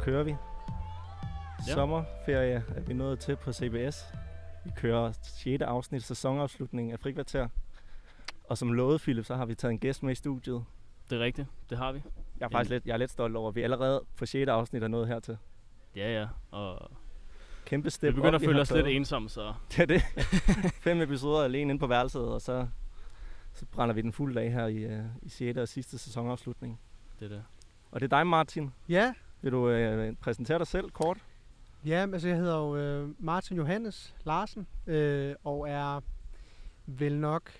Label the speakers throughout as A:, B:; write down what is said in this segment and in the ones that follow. A: kører vi.
B: Ja.
A: Ja. Sommerferie er vi nået til på CBS. Vi kører 6. afsnit, sæsonafslutningen af Frikvarter. Og som lovet, Philip, så har vi taget en gæst med i studiet.
B: Det er rigtigt. Det har vi.
A: Jeg er faktisk
B: En-
A: lidt, jeg er lidt stolt over, at vi allerede på 6. afsnit er nået hertil.
B: Ja, ja. Og
A: Kæmpe
B: det
A: step
B: vi begynder
A: up,
B: at
A: vi
B: føle
A: har
B: os lidt
A: taget.
B: ensomme, så
A: Det er det. Fem episoder alene inde på værelset, og så, så brænder vi den fuld af her i, øh, i 6. og sidste sæsonafslutning.
B: det er det.
A: Og det er dig, Martin.
C: Ja,
A: Vil du øh, præsentere dig selv kort?
C: ja men altså jeg hedder jo øh, Martin Johannes Larsen, øh, og er vel nok,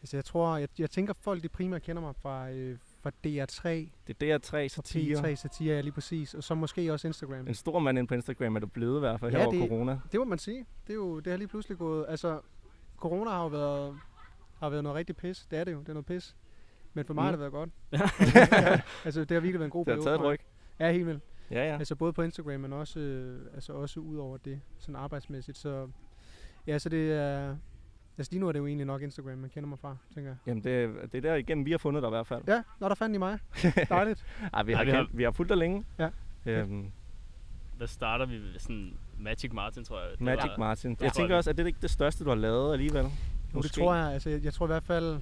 C: altså jeg tror, jeg, jeg tænker folk de primært kender mig fra, øh, fra DR3
A: Det er DR3
C: og
A: satire.
C: P3 Satire, ja lige præcis, og så måske også Instagram.
A: En stor mand inde på Instagram er du blevet i hvert fald ja,
C: Ja,
A: her over
C: det-
A: corona.
C: Det må man sige, det er jo, det har lige pludselig gået, altså corona har jo været, har været noget rigtig pis, det er det jo, det er noget pis. Men for mig
A: Mm.
C: mm. har det været godt. altså, ja, altså, det har virkelig været en god
A: Det har taget et
C: for mig.
A: ryg.
C: Ja, helt vildt.
A: Ja, ja.
C: Altså både på Instagram, men også, øh, altså også ud over det, sådan arbejdsmæssigt. Så ja, så det er... Altså lige nu er det jo egentlig nok Instagram, man kender mig fra, tænker jeg.
A: Jamen, det, det er der igennem, vi har fundet dig i hvert fald.
C: Ja, når der fandt I mig. Dejligt.
A: Ej, vi har,
B: Ej, vi
A: kendt,
B: har-
A: vi har fulgt dig længe.
C: Ja.
A: Øhm,
B: Hvad starter vi ved? Sådan Magic Martin, tror jeg. Det
A: Magic
B: var-
A: Martin.
B: det
A: Jeg
B: tror
A: tænker
B: jeg.
A: også, at det er ikke det største, du har lavet alligevel.
C: Nu, det tror jeg, altså jeg, jeg tror i hvert fald,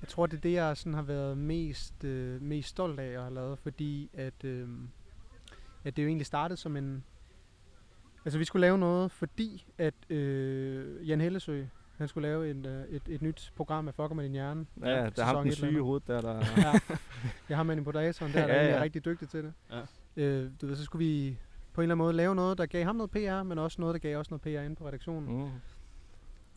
C: jeg tror det er det, jeg sådan har været mest, øh, mest stolt af at have lavet, fordi at, øh, at det jo egentlig startede som en, altså vi skulle lave noget, fordi at øh, Jan Hellesø, han skulle lave en, øh, et, et nyt program af Fucker med din hjerne.
A: Ja, ja, der er ham den
C: sæson et eller
A: syge i
C: andet.
A: hovedet, der, der
C: Ja. Jeg har manipulatoren der, der
A: Ja,
C: ja, ja.
A: ja.
C: er rigtig dygtig til det.
B: Ja.
C: Øh, du ved, så skulle vi på en eller anden måde lave noget, der gav ham noget PR, men også noget, der gav os noget PR inde på redaktionen. Mm.
A: mm.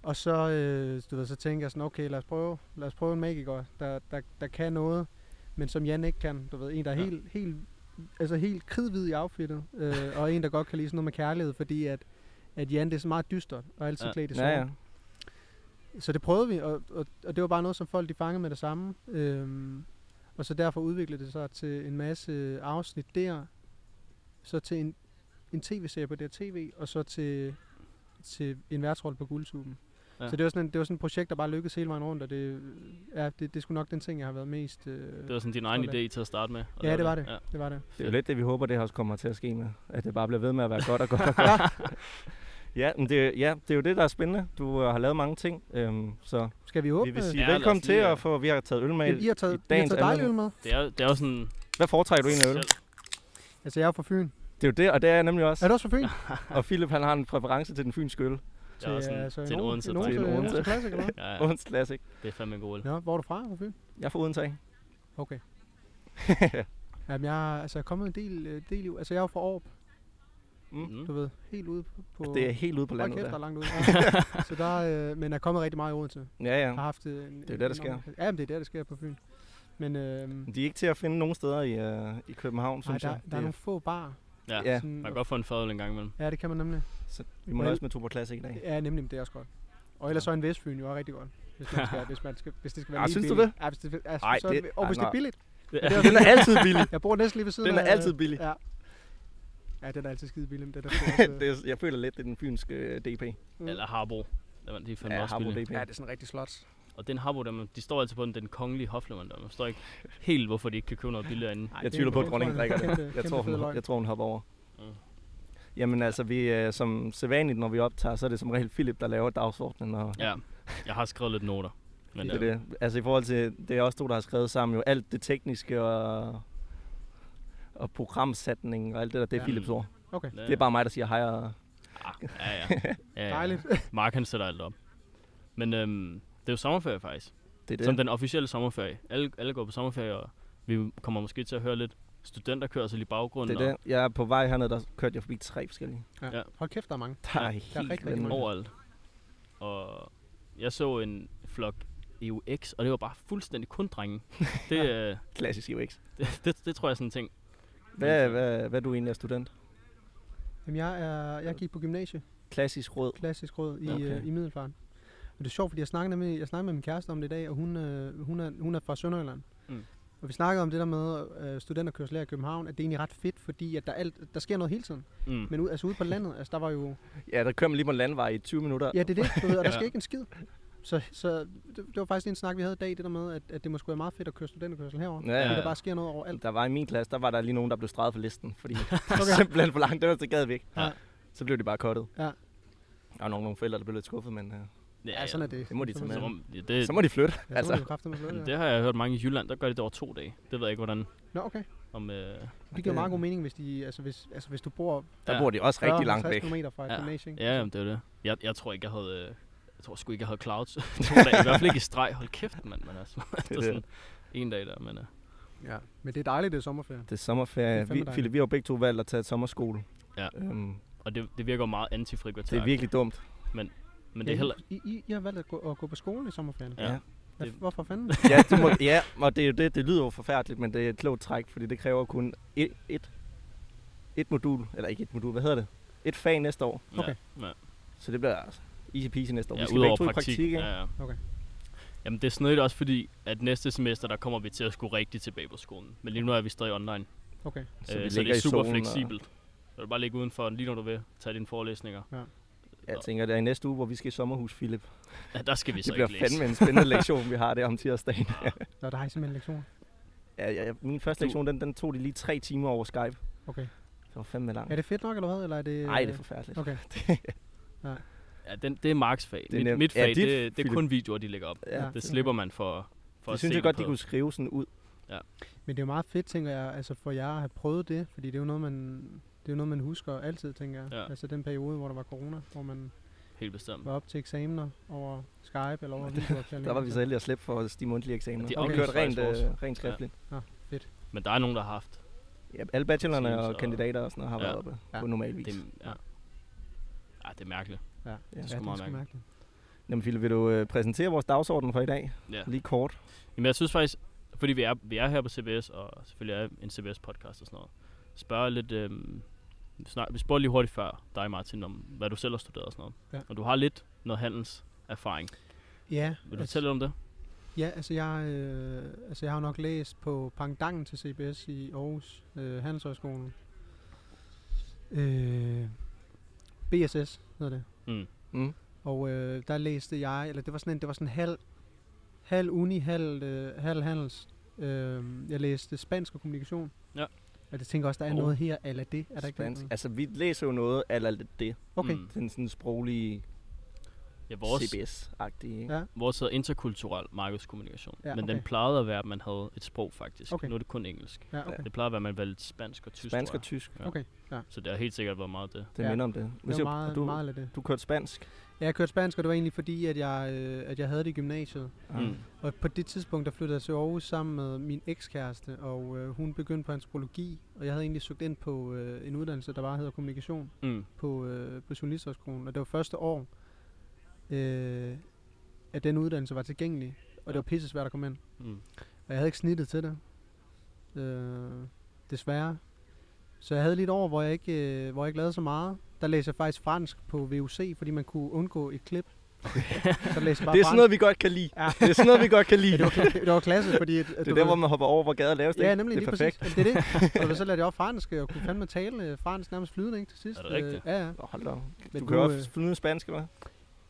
C: Og så, øh, du ved, så tænkte jeg sådan, okay, lad os prøve, lad os prøve en magiker, der, der, der kan noget, men som Jan ikke kan. Du ved, en, der er
B: Ja.
C: ja. helt, helt, altså helt kridhvid i outfittet, øh, og en, der godt kan lide sådan noget med kærlighed, fordi at, at Jan, det er så meget dystert, og altid
B: Ja.
C: ja. klædt i
A: Ja,
C: sort.
A: ja.
C: Så det prøvede vi, og, og, og det var bare noget, som folk de fangede med det samme. Øhm, og så derfor udviklede det sig til en masse afsnit der, så til en, en tv-serie på der tv, og så til, til en værtsrolle på guldtuben.
B: Ja.
C: Ja. Så det var, sådan en, det var sådan et projekt, der bare lykkedes hele vejen rundt, og det, ja, det, det er sgu nok den ting, jeg har været mest... Øh, det,
B: Det
C: var,
B: var sådan din egen
C: Sådan.
B: idé til at starte med. at
C: Ja,
B: lave
C: det var det.
B: Ja.
C: det var det.
A: Det er jo lidt det, vi håber, det her også kommer til at ske med. At det bare bliver ved med at være godt og godt og godt. ja, men det, ja, det er jo det, der er spændende. Du øh, har lavet mange ting, øhm, så
C: Skal vi
A: vi
C: åbne?
A: vil sige
B: Ja, lad os
A: velkommen til,
B: lige, øh,
A: og for, vi har taget øl med.
C: Jamen, I
A: i-
C: har taget, I har
A: dagens
C: taget dejlig
A: anledning.
C: øl med.
B: Det er, jo- det er jo sådan...
A: Hvad foretrækker du egentlig af øl?
B: Selv-
C: Altså, jeg er jo fra Fyn.
A: Det er jo det, og det er jeg nemlig
C: Er
A: også.
C: du også fra Fyn?
A: Og Philip, han har en præference til den fynske øl.
B: Jeg er sådan,
C: altså,
B: til en Odense.
C: En
B: dreng.
C: Odense,
A: Til en
C: en
A: øh, Odense.
C: Odense Classic, eller hvad?
B: Ja, ja.
A: Odense Classic.
B: Det er fandme en god øl.
C: Nå, hvor er du fra? Fra Fyn?
A: Jeg får uden tag.
C: Okay. Jamen, jeg, altså, jeg er kommet en del, øh, del i, altså jeg er jo fra Aarhus,
A: Mm.
B: Mm.
C: du ved, helt ude på... på
A: Altså, Det er helt ude på
C: Hold
A: landet
C: kæft, der er
A: der.
C: langt ude. Ja. så der, øh, men jeg er kommet rigtig meget i Odense.
A: Ja,
C: Jeg har
A: ja.
C: haft øh, en,
A: Det er jo der, der sker.
C: Ja, men det er der, der sker på Fyn. Men øh,
A: De er ikke til at finde nogen steder i, øh, i København,
C: nej,
A: synes
C: der,
A: jeg.
C: der er nogle få bar.
B: Ja.
A: Ja,
C: sådan,
B: Man kan godt få en fadøl en gang imellem.
C: ja, det kan man nemlig.
A: vi må nøjes med Tuborg Classic i dag.
C: Ja, nemlig, men det er også godt. Og ellers
A: Ja.
C: så er en Vestfyn jo også rigtig godt. Hvis, man skal, hvis, man skal, hvis det skal være
A: Ah,
C: lige
A: synes du
C: billigt. Ja, hvis det, altså,
A: Ej,
C: så,
A: det-
C: det, og
A: ej,
C: hvis det er
A: nej.
C: billigt.
B: Ja.
C: Men det er også
A: Den er altid billig.
C: lige- Jeg bor næsten lige ved siden
A: Den er
C: af...
A: altid billig.
C: Ja. Ja, den er altid skide billig, men den er sgu også,
A: Det er, jeg føler lidt, det er den fynske øh, DP.
C: Mm.
B: Eller Harbo. Det er, de er fandme
A: Ja,
B: også
A: Harbo
B: billige.
A: DP.
C: Ja, det er sådan en rigtig slots.
B: Og den Harbo, der, man, de står altid på den, den kongelige hofleverand der. Man forstår ikke helt, hvorfor de ikke kan købe noget billigere end.
C: Ej,
A: Jeg
C: det-
A: tvivler på, at
C: det
A: dronningen
C: tror
A: drikker
C: er en
A: det.
C: kæmpe-
A: Jeg tror,
C: kæmpe fed
A: hun,
C: løgn.
A: jeg tror, hun hopper over.
B: Mm.
A: Jamen altså, vi, øh, som sædvanligt, når vi optager, så er det som regel Philip, der laver dagsordenen. Og
B: Ja, jeg har skrevet lidt noter. Men,
A: det, er
B: øh,
A: det. Altså i forhold til, det er også to, der har skrevet sammen, jo alt det tekniske og, og programsætning og alt det der, det er
C: Ja.
A: Philips ord.
C: Okay.
B: ja,
A: Det er bare mig, der siger hej og...
B: Ah, ja, ja. ja, ja.
C: Dejligt.
B: Mark han sætter alt op. Men øhm, det er jo sommerferie faktisk.
A: Det
B: Det.
A: er
B: Som
A: det.
B: den officielle sommerferie. Alle, alle går på sommerferie, og vi kommer måske til at høre lidt studenterkørsel i baggrunden.
A: Det er det. Jeg er på vej herned, der kørte jeg forbi tre forskellige.
C: Ja.
B: Ja.
C: Hold kæft, der er mange.
A: Der er
B: Ja.
A: helt
C: Der er rigtig, rigtig
B: Og
A: vanvittigt.
C: mange.
B: overalt. Og jeg så en flok EUX, og det var bare fuldstændig kun drenge. Det, øh,
A: Klassisk UX.
B: det, det, det tror jeg er sådan en ting.
A: Hvad, hvad, hvad er du egentlig af student?
C: Jamen, jeg, er, jeg gik på gymnasie,
A: Klassisk rød.
C: klassisk råd, i,
A: Okay.
C: okay. øh, i Middelfart. Og det er sjovt, fordi jeg snakkede med, jeg snakkede med min kæreste om det i dag, og hun, øh, hun, er, hun er fra Sønderjylland.
B: Mm.
C: Mm. Og vi snakkede om det der med øh, studenterkørsel her i København, at det er egentlig ret fedt, fordi at der, alt, der sker noget hele tiden.
B: Mm.
C: Men ud, altså ude på landet, altså der var jo...
A: Ja, der kører man lige på en landvej i 20 minutter.
C: Ja, det er det, du ved, og der
B: Ja.
C: sker ikke en skid. Så, så det, det var faktisk en snak, vi havde i dag, det der med, at, at det måske være meget fedt at køre studenterkørsel herover.
A: Ja,
C: Ja,
A: ja.
C: ja. Der bare sker noget overalt.
A: Der var i min klasse, der var der lige nogen, der blev streget for listen, fordi det var
C: Okay.
A: simpelthen for langt. Det var så gad vi ikke.
B: Ja.
A: Så blev de bare kottet.
C: Ja.
A: Der var nogle, nogle forældre, der blev lidt skuffet, men uh,
C: Ja, ja, sådan er det.
A: det må de tage
C: Sådan
A: med.
C: er
B: Som om, ja, det,
A: så må de flytte.
C: Ja,
A: altså.
C: altså. Det, kraftigt, med
B: det har jeg hørt mange i Jylland, der gør det over to dage. Det ved jeg ikke, hvordan.
C: Nå, okay.
B: Om, øh,
C: Det giver
A: det-
C: meget god mening, hvis, de, altså, hvis, altså, hvis du bor
A: Der
B: ja.
A: bor de også rigtig langt
C: 40-50
A: væk.
C: kilometer fra et
B: Ja.
C: ja. gymnasium.
B: Ja, jamen, det er det. Jeg, jeg tror ikke, jeg havde... øh, Jeg tror sgu ikke, jeg havde clouds. to dage. I hvert fald ikke i streg. Hold kæft, mand. Men altså, det er
A: det.
B: sådan en dag der, men... øh,
C: ja. Men det er dejligt, det er sommerferie.
A: Det er sommerferie.
C: Det
A: Det
C: er
A: er vi,
C: fandme dejligt.
A: Philip, vi har jo begge to valgt at tage et sommerskole.
B: Ja.
A: Øhm,
B: Og det, det virker jo meget antifrekventant.
A: det er virkelig dumt.
B: Men det er heller...
C: I, I, I har valgt at gå, at gå på skole i sommerferien.
B: Ja.
A: Ja.
C: Hvad-
B: Det-
C: Hvorfor fanden?
A: Ja, du må, ja, og det er jo det, det lyder jo forfærdeligt, men det er et klogt træk, fordi det kræver kun et, et, et modul, eller ikke et modul, hvad hedder det? Et fag næste år,
C: Okay.
B: Ja, ja.
A: så det bliver altså easy peasy næste år.
B: ja
A: skal
B: udover
A: begge to i
B: praktik. praktik
A: ikke?
B: ja, ja.
C: Okay.
B: Jamen, det er snedigt også fordi, at næste semester, der kommer vi til at skulle rigtig tilbage på skolen. Men lige nu er vi stadig online.
C: Okay.
A: Så, vi
B: øh, så det
A: ligger
B: er
A: i
B: super
A: solen,
B: fleksibelt. Du kan bare ligge udenfor, lige når du vil, tage dine forelæsninger.
A: Og jeg tænker, det er i næste uge, hvor vi skal i sommerhus, Philip.
B: Ja, der skal vi
A: Det
B: så
A: bliver
B: ikke læse.
A: fandme en spændende lektion, vi har der om tirsdagen.
C: Nå, der har I simpelthen lektioner.
A: Ja, ja, ja, min første
B: Du-
A: lektion, den, den tog de lige tre timer over Skype.
C: Okay.
A: Det var fandme langt.
C: Er det fedt nok, eller hvad? Eller er det,
A: Nej, det er forfærdeligt.
C: Okay.
B: Ja, den, det er Marks fag.
A: Det er
B: Mit,
A: nem-
B: mit
A: Ja,
B: fag,
A: dit,
B: det, det er
A: Philip.
B: kun videoer, de lægger op.
A: Ja.
B: Det slipper man for, for
A: Det
B: at
A: synes jeg
B: se det
A: godt,
B: på.
A: de kunne skrive sådan ud.
C: Men det er jo meget fedt, tænker jeg, altså for jer at have prøvet det, fordi det er jo noget, man, det er jo noget, man husker altid, tænker jeg.
B: Ja.
C: Altså den periode, hvor der var corona, hvor man
B: Helt bestemt.
C: var op til eksamener over Skype eller over videoopkaldinger.
A: Der var vi så heldige at slippe for de mundtlige eksamener.
B: De
A: De kørte
B: aflyste
A: rent,
B: faktisk
A: øh, rent skriftligt.
B: Men der er nogen, der har haft.
A: Ja, alle bachelorerne
B: Teams
A: og
B: og-
A: kandidater og sådan noget har
B: Ja.
A: været oppe
C: Ja.
A: på normal vis.
B: Det, ja. ja, det er mærkeligt.
C: Ja,
A: Ja,
C: ja,
A: det
C: det
A: er
C: er
B: meget
C: sgu
B: mærkeligt.
C: mærkeligt.
A: Jamen Philip, vil du øh, præsentere vores dagsorden for i dag?
B: Ja.
A: Lige kort.
B: Jamen, jeg synes faktisk, fordi vi er, vi er her på CBS, og selvfølgelig er en CBS-podcast og sådan noget, spørger lidt... Øhm, snak, vi spurgte lige hurtigt før dig, Martin, om hvad du selv har studeret og sådan noget.
C: Ja.
B: Og du har lidt noget handelserfaring.
C: Ja,
B: Vil du
C: altså-
B: fortælle lidt om det?
C: Ja, altså jeg, øh, altså jeg har jo nok læst på pangdangen til CBS i Aarhus øh, Handelshøjskolen. Øh, BSS hedder det.
B: Mm.
A: Mm.
C: Og øh, der læste jeg, eller det var sådan en, det var sådan halv, halv uni, halv, øh, halv handels. Øh, jeg læste spansk og kommunikation.
B: Ja.
C: Og det tænker jeg også, der er
A: Oh.
C: noget her, eller det. Er der ikke
A: Spansk.
C: det?
A: Altså, vi læser jo noget eller det.
C: Okay.
B: Mm.
A: Den sådan sproglige
B: Ja,
A: Vores...
B: vores,
A: CBS-agtige. ikke?
C: Ja.
B: vores hedder interkulturel markedskommunikation.
C: Ja,
B: Men den
C: okay.
B: plejede at være, at man havde et sprog, faktisk.
C: Okay.
B: Nu er det kun engelsk.
C: Ja, okay.
B: Det plejer at være, at man valgte spansk og tysk,
A: Spansk
B: tror
A: og tysk.
B: Ja.
C: Okay, ja.
B: jeg. Så det har helt sikkert været meget det.
A: Det
C: Ja.
A: minder om det.
C: Det var
A: jeg-
C: meget,
A: du,
C: du... meget af det.
A: du kørte spansk.
C: Ja, jeg kørte spansk, og det var egentlig fordi, at jeg, øh, at jeg havde det i gymnasiet.
A: Ah.
B: Mm.
C: Og på det tidspunkt, der flyttede jeg til Aarhus sammen med min ekskæreste, og øh, hun begyndte på antropologi, og jeg havde egentlig søgt ind på øh, en uddannelse, der bare hedder kommunikation
B: Mm.
C: på, øh, på Journalisthøjskolen, og det var første år, øh, at den uddannelse var tilgængelig, og det var pisse svært at komme ind.
B: Mm.
C: Og jeg havde ikke snittet til det, øh, desværre. Så jeg havde lige et år, hvor jeg ikke, øh, hvor jeg ikke lavede så meget. Der læste jeg faktisk fransk på VUC, fordi man kunne undgå et klip. så læste jeg bare
A: Det er
C: fransk.
A: sådan noget, vi godt kan lide.
C: Ja.
A: Det er sådan noget, vi godt kan lide.
C: Ja, det, var, kla- det var klasse, fordi... At, at
A: det
C: du
A: er der,
C: ved-
A: hvor man hopper over, hvor gader laves.
C: Ja, nemlig
A: det er
C: lige
A: perfekt.
C: præcis. Jamen, det er det. Og du ved, så lærte jeg også fransk, og kunne fandme tale øh, fransk nærmest flydende, ikke, til sidst.
B: Er det rigtigt?
C: Øh, ja, ja.
A: Åh, hold da. op.
C: Men
A: Du
C: du,
A: kører
C: øh,
A: også flydende spansk, hva'?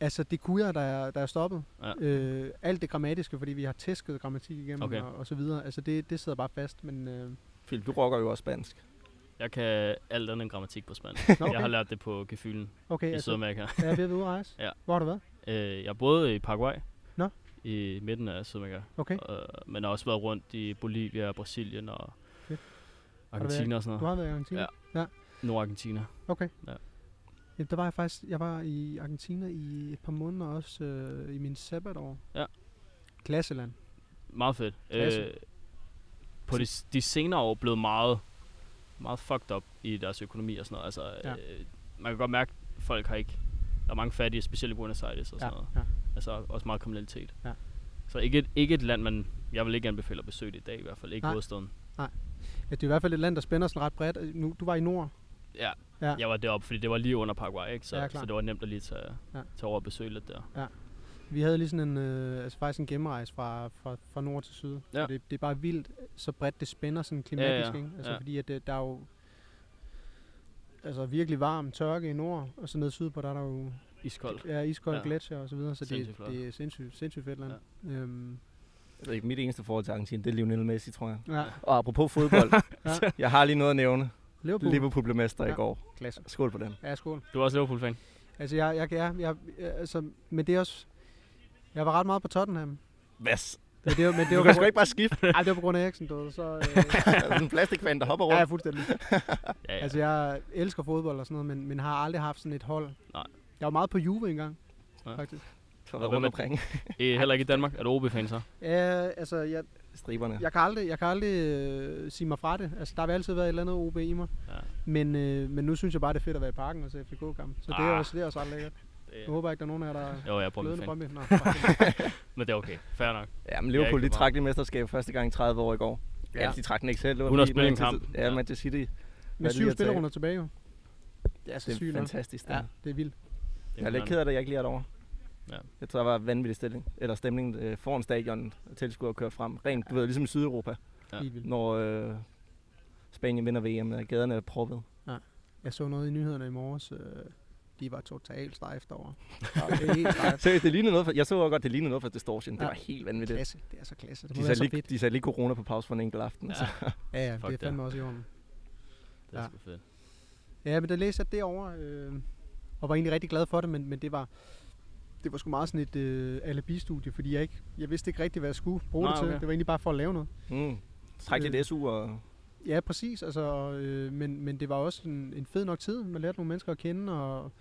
C: Altså, det kunne jeg, da jeg, da jeg stoppede.
B: Ja.
C: Øh, alt det grammatiske, fordi vi har tæsket grammatik igennem
B: Okay.
C: og, og så videre. Altså, det, det sidder bare fast, men... Øh, nå,
A: Philip, du rocker jo også spansk.
B: Jeg kan alt andet end grammatik på spansk.
C: okay.
B: Jeg har lært det på gefylen
C: okay,
B: i
C: altså,
B: Sydamerika.
C: er jeg ved at være ude at rejse?
B: Ja.
C: Hvor har du været?
B: Øh, jeg boede i Paraguay.
C: Nå.
B: I midten af Sydamerika.
C: Okay.
B: Øh, men har også været rundt i Bolivia og Brasilien og
C: Fedt.
B: Argentina og sådan
C: Du
B: noget.
C: har været i Argentina?
B: Ja. Nordargentina.
C: Okay.
B: Ja.
C: Ja, der var jeg faktisk... Jeg var i Argentina i et par måneder også, øh, i min sabbatår.
B: Ja.
C: Klasseland.
B: Meget fedt. Øh,
C: Klasse.
B: på de, de senere år blevet meget, meget fucked up i deres økonomi og sådan noget. Altså,
C: Ja.
B: øh, man kan godt mærke, at folk har ikke... Der er mange fattige, specielt i Buenos Aires og sådan noget.
C: ja.
B: Altså også meget kriminalitet.
C: Ja.
B: Så ikke et, ikke et land, man... Jeg vil ikke anbefale at besøge det i dag i hvert fald. Ikke
C: Nej.
B: hovedstaden.
C: Ja, det er i hvert fald et land, der spænder sådan ret bredt. Øh, Nu, du var i Nord.
B: Ja.
C: Ja.
B: ja. Jeg var deroppe, fordi det var lige under Paraguay, ikke? Så,
C: Ja, klar.
B: så det var nemt at lige tage,
C: Ja.
B: ja. tage over og besøge lidt der.
C: Vi havde lige sådan en, øh, altså faktisk en gennemrejse fra, fra, fra nord til syd.
B: Ja.
C: Og Det, det er bare vildt, så bredt det spænder sådan klimatisk,
B: Ja, ja,
C: ikke? Altså
B: ja.
C: fordi, at det, der er jo altså virkelig varm tørke i nord, og så nede sydpå, der er der jo
B: Iskold.
C: Ja, iskold
B: Ja.
C: ja. gletsjer og så videre, så
B: Sindssygt
C: det,
B: flot.
C: det er sindssygt, sindssygt fedt land. Ja. Øhm,
A: Jeg ved ikke, mit eneste forhold til Argentina, det er Lionel Messi, tror jeg.
C: ja,
A: Og apropos fodbold,
C: Ja.
A: jeg har lige noget at nævne.
C: Liverpool. Liverpool.
A: Liverpool blev mester i
C: Ja.
A: går.
C: Klasse.
A: Skål på dem.
C: Ja, skål.
B: Du er også Liverpool-fan.
C: Altså, jeg, jeg, jeg, jeg, jeg altså, men det er også... Jeg var ret meget på Tottenham. Men
A: Hvad?
C: det, var- men det
A: Du
C: var,
A: kan
C: på,
A: sgu ikke bare skifte.
C: ej, det var på grund af Eriksen, du ved, så... Øh,
A: Sådan en plastikfan, der hopper
C: ja,
A: rundt.
C: fuldstændig.
B: Ja, ja.
C: Altså, jeg elsker fodbold og sådan noget, men, men har aldrig haft sådan et hold.
B: Nej.
C: Jeg var meget på Juve engang,
B: Ja.
C: ja. faktisk.
A: Så
B: Nå,
A: der
B: hvem
A: rundt
B: er-
A: omkring
B: Øh, heller ikke i Danmark. Er du OB-fan så?
C: Ja, altså, jeg,
A: striberne.
C: jeg kan aldrig, jeg kan aldrig øh, sige mig fra det. Altså, der har altid været et eller andet OB i mig.
B: Ja.
C: Men, øh, men nu synes jeg bare, det er fedt at være i parken og se FCK-kamp. Så det er
B: Ah.
C: også, det er også ret lækkert. Jeg håber ikke, der er nogen af jer, der er
B: Jo, jeg er
C: glødende
B: Brøndby-fan.
C: Brøndby. Nå, fuck.
B: Men det er okay. Fair nok.
A: Ja, men
B: Jeg er
A: Liverpool,
B: ikke
A: de
B: så
A: trak det mesterskab første gang i 30 år i går. Ja.
C: Ja.
A: Altså, de trak den ikke selv. Det var
B: Uden at
A: fordi
B: spille en
A: Manchester-
B: kamp.
A: Ja,
B: Ja.
A: Manchester City.
C: Med
A: Hvad er det,
C: syv
A: jeg tager?
C: spillerunder tilbage jo.
A: Ja,
C: så
A: det er
C: sygt nok.
A: fantastisk. Det
C: Ja,
A: ja.
C: det er vildt.
A: Jeg er lidt ked af, det, at jeg ikke lige er derovre.
B: Ja.
A: Ja. Jeg tror, der var vanvittig stilling, eller stemning øh, foran stadion, og tilskuere kørt frem. Rent, du ved, ligesom i Sydeuropa,
B: Ja.
C: Ja. Helt vildt.
A: når øh, Spanien vinder VM, og gaderne er proppet.
C: Jeg så noget i nyhederne i morges. Øh, de var totalt strejft over. det er helt strejft.
A: Seriøst, det lignede noget for, jeg så også godt, det lignede noget for distortion. Ja. Det
C: Ja.
A: var helt vanvittigt.
C: Klasse. Det er så klasse. Det må
A: De satte,
C: være så
A: lige,
C: fedt.
A: de satte lige corona på pause for en enkelt aften. Ja. Så.
C: Ja, ja,
B: Fuck
C: det er
B: det.
C: fandme også i orden.
B: Det er
C: Ja.
B: sgu fedt.
C: Ja, men der læste jeg det over, øh, og var egentlig rigtig glad for det, men, men det var det var sgu meget sådan et øh, alibi-studie, fordi jeg, ikke, jeg vidste ikke rigtigt, hvad jeg skulle bruge
B: Nej,
C: det til.
B: okay.
C: Det var egentlig bare for at lave noget.
A: Mm. Træk lidt SU og...
C: Ja, præcis. Altså, øh, men, men det var også en, en fed nok tid. Man lærte nogle mennesker at kende, og,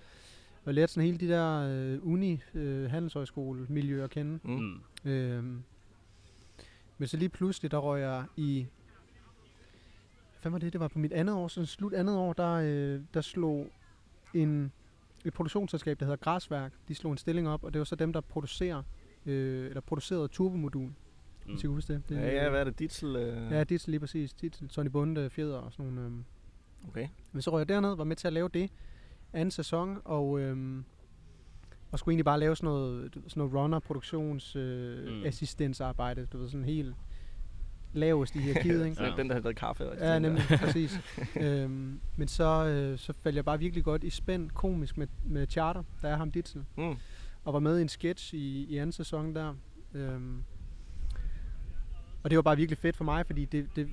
C: og lærte sådan hele de der øh, uni øh, handelshøjskole-miljøer at kende.
A: Mm.
B: Mm.
C: Øh, men så lige pludselig, der røg jeg i... Hvad var det? Det var på mit andet år, sådan slut andet år, der, øh, der slog en, et produktionsselskab, der hedder Græsværk, de slog en stilling op, og det var så dem, der producerer, øh, eller producerede turbomodul. Mm. Hvis I kan huske det. det
A: Ja, ja, hvad er det? Ditzel? Øh...
C: Ja, det er lige præcis. Titel, Sonny Bunde, Fjeder og sådan nogle... Øhm.
A: Okay.
C: Men så røg jeg derned, var med til at lave det anden sæson, og, øhm, og skulle egentlig bare lave sådan noget, du ved, sådan noget runner produktions øh,
B: Mm.
C: mm. assistensarbejde, du ved, sådan helt lavest i hierarkiet, ikke?
A: Så
B: Ja.
A: den, der havde lavet kaffe. og de
C: Ja,
A: ting der.
C: nemlig, præcis. øhm, men så, øh, så faldt jeg bare virkelig godt i spænd komisk med, med Charter, der er ham ditsen,
A: Mm.
C: og var med i en sketch i, i anden sæson der. Øhm, og det var bare virkelig fedt for mig, fordi det, det,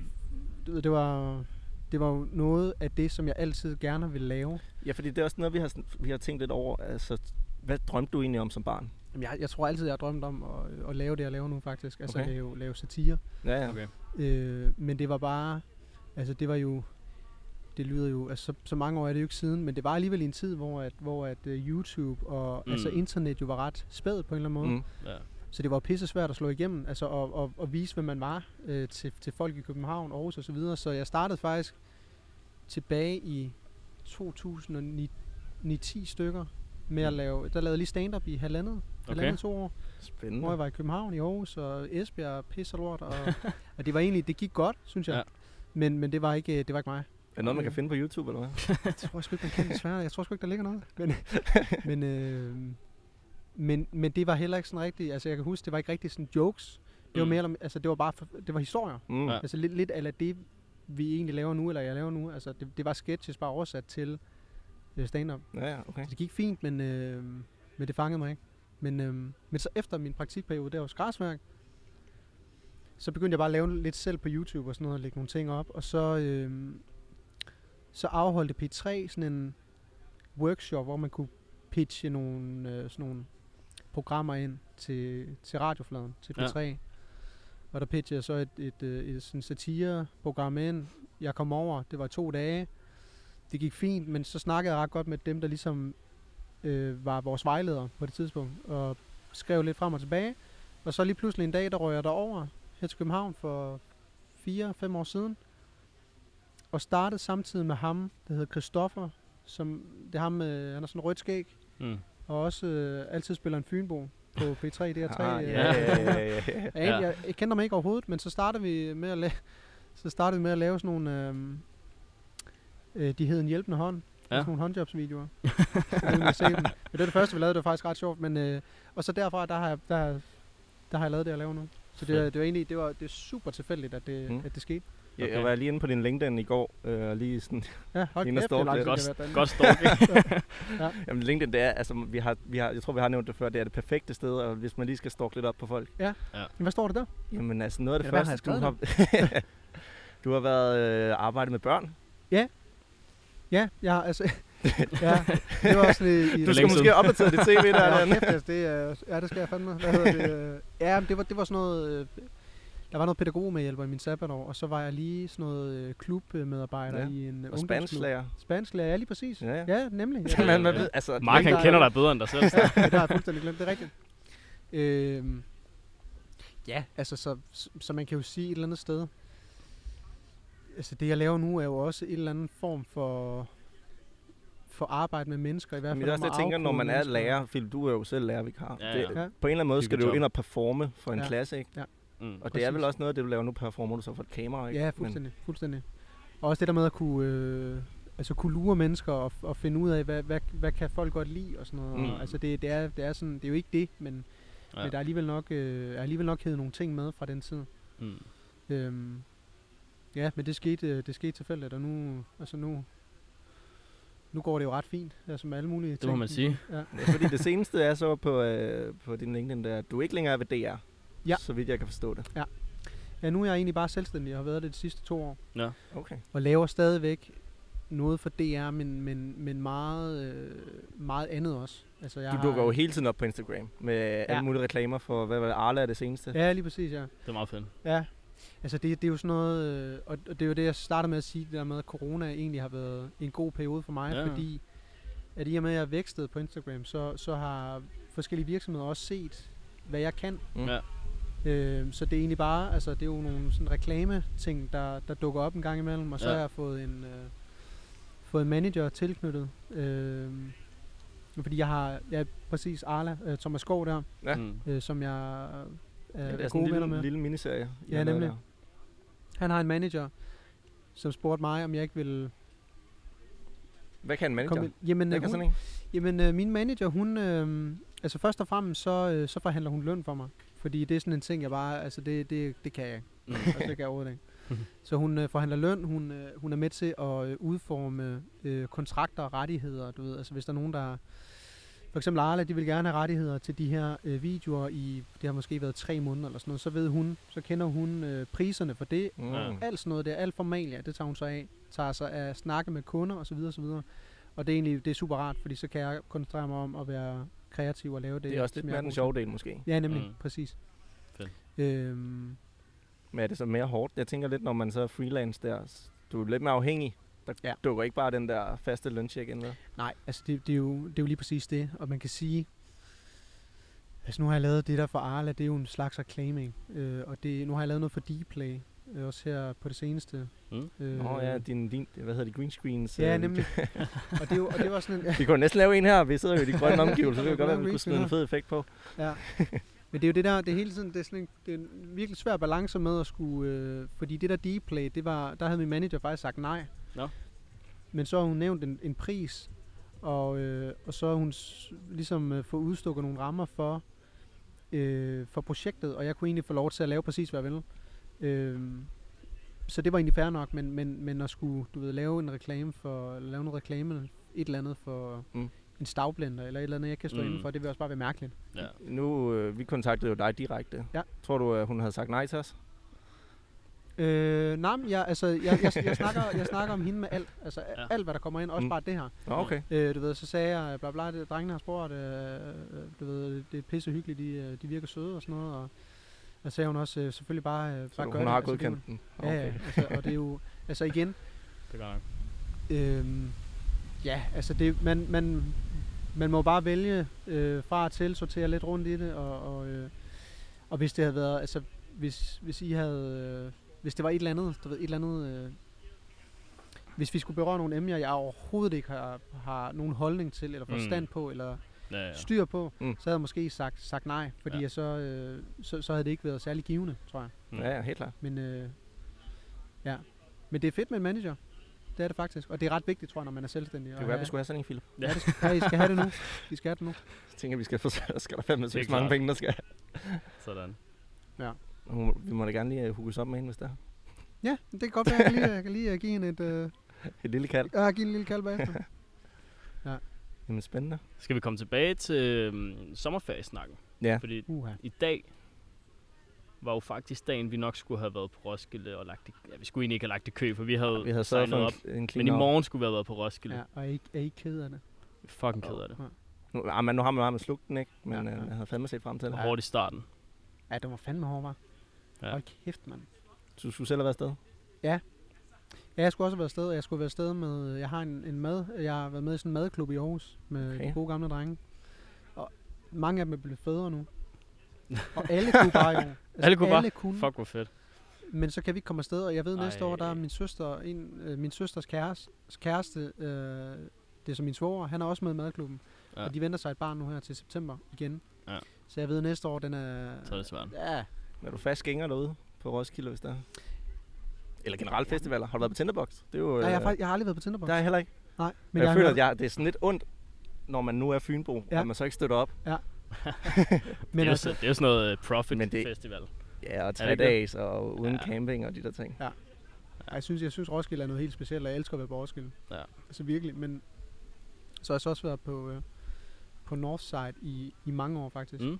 C: du ved, det var det var jo noget af det, som jeg altid gerne ville lave.
A: Ja, fordi det er også noget, vi har, sådan- vi har tænkt lidt over. Altså, hvad drømte du egentlig om som barn?
C: Jamen, jeg, jeg tror altid, jeg har drømt om at, at lave det, jeg laver nu faktisk. Altså
A: Okay.
C: okay. lave, lave satire.
A: Ja, ja.
B: Okay.
C: Øh, men det var bare, altså det var jo, det lyder jo, altså så, så mange år er det jo ikke siden, men det var alligevel i en tid, hvor at, hvor at uh, YouTube og
B: Mm.
C: mm. altså internet jo var ret spæd på en eller anden måde. Mm.
A: Mm.
B: Ja.
C: Så det var pisse svært at slå igennem, altså og, og, og vise, hvem man var øh, til, til folk i København, Aarhus og så videre. Så jeg startede faktisk tilbage i 2009 10 stykker med at
B: Mm.
C: lave, der lavede jeg lige stand-up i halvandet, halvandet to år.
A: Spændende.
B: Mm.
C: Hvor jeg var i København, i Aarhus og Esbjerg, pisse og lort. Og, og det var egentlig, det gik godt, synes jeg.
B: Ja.
C: Ja. Men, men det var ikke, øh, det var ikke mig.
A: Er det noget, man kan finde på YouTube, eller hvad?
C: Jeg tror sgu ikke, man kan desværre. Jeg tror sgu ikke, der ligger noget. Men, men, øh, men, men det var heller ikke sådan rigtigt. Altså, jeg kan huske, det var ikke rigtig sådan jokes. Det var
B: Mm.
C: mere, eller- altså, det var bare, for, det var historier.
A: Mm.
B: Ja.
A: Ja.
C: Altså lidt, lidt af det, vi egentlig laver nu, eller jeg laver nu. Altså, det, det var sketches bare oversat til øh, stand-up.
A: ja, ja, okay.
C: Så det gik fint, men, øh, men det fangede mig ikke. Men, øh, men så efter min praktikperiode der hos Græsværk, så begyndte jeg bare at lave lidt selv på YouTube og sådan noget, og lægge nogle ting op. Og så, øh, så afholdte P3 sådan en workshop, hvor man kunne pitche nogle, øh, sådan nogle programmer ind til, til radiofladen, til
B: Ja.
C: P3. Ja. Og der pitchede jeg så et, et, øh, et, et sådan satireprogram ind. Jeg kom over, det var to dage. Det gik fint, men så snakkede jeg ret godt med dem, der ligesom øh, var vores vejledere på det tidspunkt, og skrev lidt frem og tilbage. Og så lige pludselig en dag, der røg jeg derover her til København for 4-5 år siden, og startede samtidig med ham, der hedder Christoffer, som, det er ham, øh, han har sådan rødt skæg,
B: Mm.
C: og også øh, altid spiller en fynbo på P3, DR3.
A: Ah,
C: øh,
A: ja, ja, ja, ja, ja.
C: jeg,
B: Ja.
C: ja. jeg, jeg kender mig ikke overhovedet, men så startede vi med at lave, så startede vi med at lave sådan nogle, øhm, øh, de hed en hjælpende hånd,
B: Ja.
C: ja. sådan nogle håndjobsvideoer. Jeg ved ikke, om I har set dem. men det var det første, vi lavede, det var faktisk ret sjovt, men øh, og så derfra, der har, jeg, der, der har jeg lavet det, jeg laver nu. Så det var, det var egentlig det var, det var super tilfældigt, at det,
A: Mm.
C: mm. at det skete.
A: Jeg,
B: Okay.
A: jeg var lige inde på din LinkedIn i går, øh, og lige sådan,
C: Ja, hold
A: Inde og
C: kæft, det
A: stalke
C: er langt,
A: lidt.
C: det
B: Godt,
C: har været derinde.
B: godt stalking.
A: jamen LinkedIn, det er, altså, vi har, vi har, jeg tror, vi har nævnt det før, det er det perfekte sted, og hvis man lige skal stalke lidt op på folk.
C: Men Hvad står det der?
A: Jamen altså, noget af det
C: Eller hvad har
A: første, du har,
C: jeg
A: du har været øh, arbejdet med børn.
C: Ja, jeg har altså... ja, det var også lidt... i-
A: Du skal
B: længe
A: måske
B: siden.
A: opdatere dit tv der eller
C: ja,
A: andet.
C: kæft, altså, det, er- ja, det skal jeg fandme. Hvad hedder det? øh, Ja, men det var, det var sådan noget... øh, Der var noget pædagogmedhjælper i min sabbatår, og så var jeg lige sådan noget øh, klubmedarbejder
A: Ja,
C: ja. i en øh,
A: Og
C: ungdomsklub.
A: spansklærer.
C: Spansklærer, ja lige præcis.
A: Ja, ja.
C: Ja, nemlig. Ja,
B: Ja,
A: man, man
B: ja.
A: ved, altså,
B: Mark,
C: Dem,
B: han
C: der-
B: kender dig bedre end dig selv.
C: ja, det har jeg fuldstændig glemt, det er rigtigt. Øhm, ja, altså, så, så man kan jo sige et eller andet sted, altså det jeg laver nu er jo også en eller anden form for, for arbejde med mennesker, i hvert fald.
A: Men det er også
C: om
A: det, jeg
C: at
A: tænker, når
C: afkode
A: man er
C: mennesker.
A: lærer, Philip, du er jo selv lærervikar.
B: Ja,
A: Det,
C: ja.
A: På en eller anden måde skal du jo
B: Hyggejob.
A: ind og performe for en
C: Ja.
A: klasse, ikke?
B: Mm.
A: Og det er vel
C: Præcis.
A: også noget af det, du laver nu, performer du så for et kamera, ikke?
C: Ja, fuldstændig, fuldstændig. Og også det der med at kunne, øh, altså kunne lure mennesker og, og finde ud af, hvad, hvad, hvad kan folk godt lide og sådan noget.
A: Mm.
C: Mm. Altså det, det, er, det, er sådan, det er jo ikke det, men, ja.
B: Ja.
C: men der er alligevel nok, øh, er alligevel nok hævet nogle ting med fra den tid.
B: Mm.
C: Øhm, ja, men det skete, øh, det skete tilfældigt, og nu, altså nu, nu går det jo ret fint, altså med alle mulige ting.
B: Det må man sige.
C: Ja.
A: Men, fordi det seneste er så på, øh, på din LinkedIn, der, at du ikke længere er ved DR.
C: Ja.
A: Så vidt jeg kan forstå det.
C: ja, nu er jeg egentlig bare selvstændig, og har været det de sidste to år,
A: Okay.
C: og laver stadigvæk noget for DR, men, men, men meget, øh, meget andet også. Altså, jeg
A: Du
C: har-
A: dukker jo hele tiden op på Instagram med ja. alle mulige reklamer for, hvad var det, Arla er det seneste?
C: Ja, lige præcis, ja.
B: Det er meget fedt.
C: Ja, altså det, det er jo sådan noget, øh, og, og det er jo det, jeg startede med at sige, det der med, at corona egentlig har været en god periode for mig,
B: Ja,
C: ja.
B: ja.
C: fordi at i og med, at jeg er vækstet på Instagram, så, så har forskellige virksomheder også set, hvad jeg kan.
A: Mm.
B: Ja.
C: Øh, så det er egentlig bare, altså det er jo nogle sådan reklame-ting, der, der dukker op en gang imellem, og så
B: Ja.
C: har jeg fået en, øh, fået en manager tilknyttet. Øh, fordi jeg har, ja, præcis Arla, øh, Thomas Skov der,
A: Ja.
B: Mm.
C: øh, som jeg øh,
A: det
C: er,
A: er
C: er
A: sådan en
C: gode venner
A: lille,
C: med.
A: lille miniserie. I
C: Ja,
A: har lavet
C: nemlig.
A: der.
C: Han har en manager, som spurgte mig, om jeg ikke ville
A: Hvad kan en manager?
C: komme ind. Jamen,
A: Hvad
C: øh,
A: kan
C: hun,
A: sådan en?
C: jamen øh, min manager, hun... Øh, altså først og fremmest, så, øh, så forhandler hun løn for mig. Fordi det er sådan en ting, jeg bare... Altså det, det, det kan jeg ikke.
B: Mm.
C: altså, det kan jeg overhovedet ikke. Så hun øh, forhandler løn, hun, øh, hun er med til at øh, udforme øh, kontrakter og rettigheder, du ved. Altså hvis der er nogen, der... For eksempel Arla, de vil gerne have rettigheder til de her øh, videoer i... Det har måske været tre måneder eller sådan noget. Så ved hun, så kender hun øh, priserne for det,
A: Mm.
B: Ja.
C: alt sådan noget der, alt formalia, det tager hun sig af, tager sig af at snakke med kunder osv. osv. Og det er egentlig det er super rart, fordi så kan jeg koncentrere mig om at være kreativ og lave det.
A: Det er også
C: som
A: lidt
C: jeg
A: mere den
C: god til.
A: sjove del, måske.
C: Ja, nemlig,
B: Mm.
C: mm. præcis.
B: Fedt.
C: Øhm,
A: Men er det så mere hårdt? Jeg tænker lidt, når man så er freelance der, s- du er lidt mere afhængig. Der ja.
C: Ja.
A: dukker ikke bare den der faste løncheck ind, vel?
C: nej, altså det, det, er jo, det er jo lige præcis det, og man kan sige, altså nu har jeg lavet det der for Arla, det er jo en slags reclaiming, øh, og det, nu har jeg lavet noget for Dplay, øh, også her på det seneste.
B: Mm.
C: Øh,
A: Nå ja, din, din, hvad hedder det, green screens?
C: ja,
A: øh,
C: nemlig. og det er jo og det var sådan en,
A: Vi kunne næsten lave en her, vi sidder jo i de grønne omgivelser, så det kunne godt være, at vi
C: Green
A: kunne smide en
C: screener.
A: fed effekt på.
C: Ja. Men det er jo det der, det er hele tiden, det er, sådan en, det er en virkelig svær balance med at skulle, øh, fordi det der D-play, det var, der havde min manager faktisk sagt nej.
B: Nå.
C: Men så har hun nævnt en, en pris, og, øh, og så har hun s- ligesom øh, fået udstukket nogle rammer for, øh, for projektet, og jeg kunne egentlig få lov til at lave præcis, hvad jeg ville. Øh, så det var egentlig fair nok, men, men, men at skulle du ved, lave en reklame for, eller lave en reklame, et eller andet for
A: Mm.
C: mm. en stavblender, eller et eller andet, jeg kan stå
B: Mm.
C: mm. indenfor, det vil også bare være mærkeligt.
B: Ja.
A: Nu, øh, vi kontaktede jo dig direkte.
C: Ja.
A: Tror du, at hun havde sagt nej til os?
C: Øh, nej, men jeg, altså, jeg, jeg, jeg, snakker, jeg snakker om hende med alt. Altså
B: Ja.
C: ja. alt, hvad der kommer ind. Også
A: Mm.
C: mm. bare det her.
A: Nå, okay.
C: Øh, du ved, så sagde jeg, bla bla, det, drengene har spurgt, øh, øh, du ved, det er pissehyggeligt, de, øh, de virker søde og sådan noget. Og, og sagde hun også, øh, selvfølgelig bare, øh,
A: Så
C: bare gør
A: hun
C: det.
A: har
C: Altså, det er jo-
A: godkendt den. Nå,
C: Ja, ja,
A: okay.
C: altså, og det er jo, altså igen,
B: Det gør nok.
C: Øhm, ja, altså det, man, man, man må bare vælge øh, fra og til, sortere lidt rundt i det, og, og, øh, og hvis det havde været, altså hvis, hvis I havde, øh, hvis det var et eller andet, du ved, et eller andet, øh, hvis vi skulle berøre nogle emner, jeg overhovedet ikke har, har nogen holdning til, eller
B: Mm.
C: forstand mm. på, eller
B: Ja, ja.
C: ja. styr på,
A: Mm.
C: mm. så havde jeg måske sagt, sagt nej, fordi
B: Ja.
C: ja. jeg så, øh, så, så havde det ikke været særlig givende, tror jeg.
B: Mm.
A: Ja, ja, helt klart.
C: Men, øh, ja. Men det er fedt med en manager. Det er det faktisk. Og det er ret vigtigt, tror jeg, når man er selvstændig.
A: Det kunne være, vi skulle have sådan en, Philip.
C: Ja, det skal, ja, I skal have det nu. I skal have det nu.
A: Jeg tænker, vi skal forsøge, skal der fandme
B: Det er
A: så mange
B: klart.
A: penge, der skal.
B: Sådan.
A: Hun, vi må da gerne lige øh, hugges op med hende, hvis der er.
C: Ja, det kan godt være, jeg kan lige, jeg kan lige øh, give hende et, øh,
A: Et lille kald.
C: jeg give en lille kald bagefter.
A: Jamen spændende.
B: Skal vi komme tilbage til øh, sommerferiesnakken?
A: Ja.
B: Fordi
C: Uha.
B: i dag var jo faktisk dagen, vi nok skulle have været på Roskilde og lagt i, ja, vi skulle egentlig ikke have lagt i kø, for vi havde,
A: Vi havde sørget for
B: signet op.
A: en, en clean
B: Men i morgen skulle vi have været på Roskilde.
C: Ja,
B: Ja.
C: og er I, er I ked af det?
B: Fucking ked af det.
A: Nu, ah, men nu har man meget med slugten, ikke? Men
C: Ja,
A: ja,
C: ja.
A: øh, jeg havde fandme set frem til
B: Det
A: det.
B: var hårdt i starten.
C: Ja, det var fandme hårdt, var. Ja.
B: Ja.
C: Hold kæft, mand.
A: Du skulle selv have været afsted.
C: Ja, jeg skulle også have været afsted, og jeg skulle have været afsted med, øh, jeg har en, en mad, jeg har været med i sådan en madklub i Aarhus, med okay.
A: Okay.
C: de gode gamle drenge. Og mange af dem er blevet fædre nu. Og alle kunne bare jo. Altså,
B: Alle kunne bare?
C: alle Kunne,
B: Fuck, hvor fedt.
C: Men så kan vi ikke komme afsted, og jeg ved, næste
B: Ej.
C: år, der er min søster, en, øh, min søsters kæreste, kæreste øh, det er som min svoger, han er også med i madklubben.
B: Ja.
C: Ja. Og de venter sig et barn nu her til september igen.
B: Ja.
C: Så jeg ved, næste år, den er...
B: Så er det svært.
C: Ja,
A: Er du fast gænger derude på Roskilde, hvis der er? Eller generelt festivaler. Har du været på Tinderbox? Det er jo...
C: Nej, jeg, har,
A: øh,
C: fakt- jeg har aldrig været på Tinderbox.
A: Der er jeg heller ikke.
C: Nej,
A: Men jeg, jeg føler,
C: har
A: at jeg, det er sådan lidt ondt, når man nu er Fynbo,
C: Ja.
A: ja. at man så ikke støtter op.
C: hørt-
B: Men det,
C: Men
B: er
C: altså,
B: altså, det er jo sådan noget øh, profit
A: Men det-
B: festival.
A: Ja, og
B: Er det
A: tre
B: ikke det?
A: dages og uden
B: Ja.
A: ja. camping og de der ting.
C: ej, jeg, synes, jeg synes, Roskilde er noget helt specielt, og jeg elsker at være på Roskilde.
B: Ja.
C: Altså virkelig, men så har jeg så også været på, øh, på Northside i, i mange år faktisk.
B: Mm.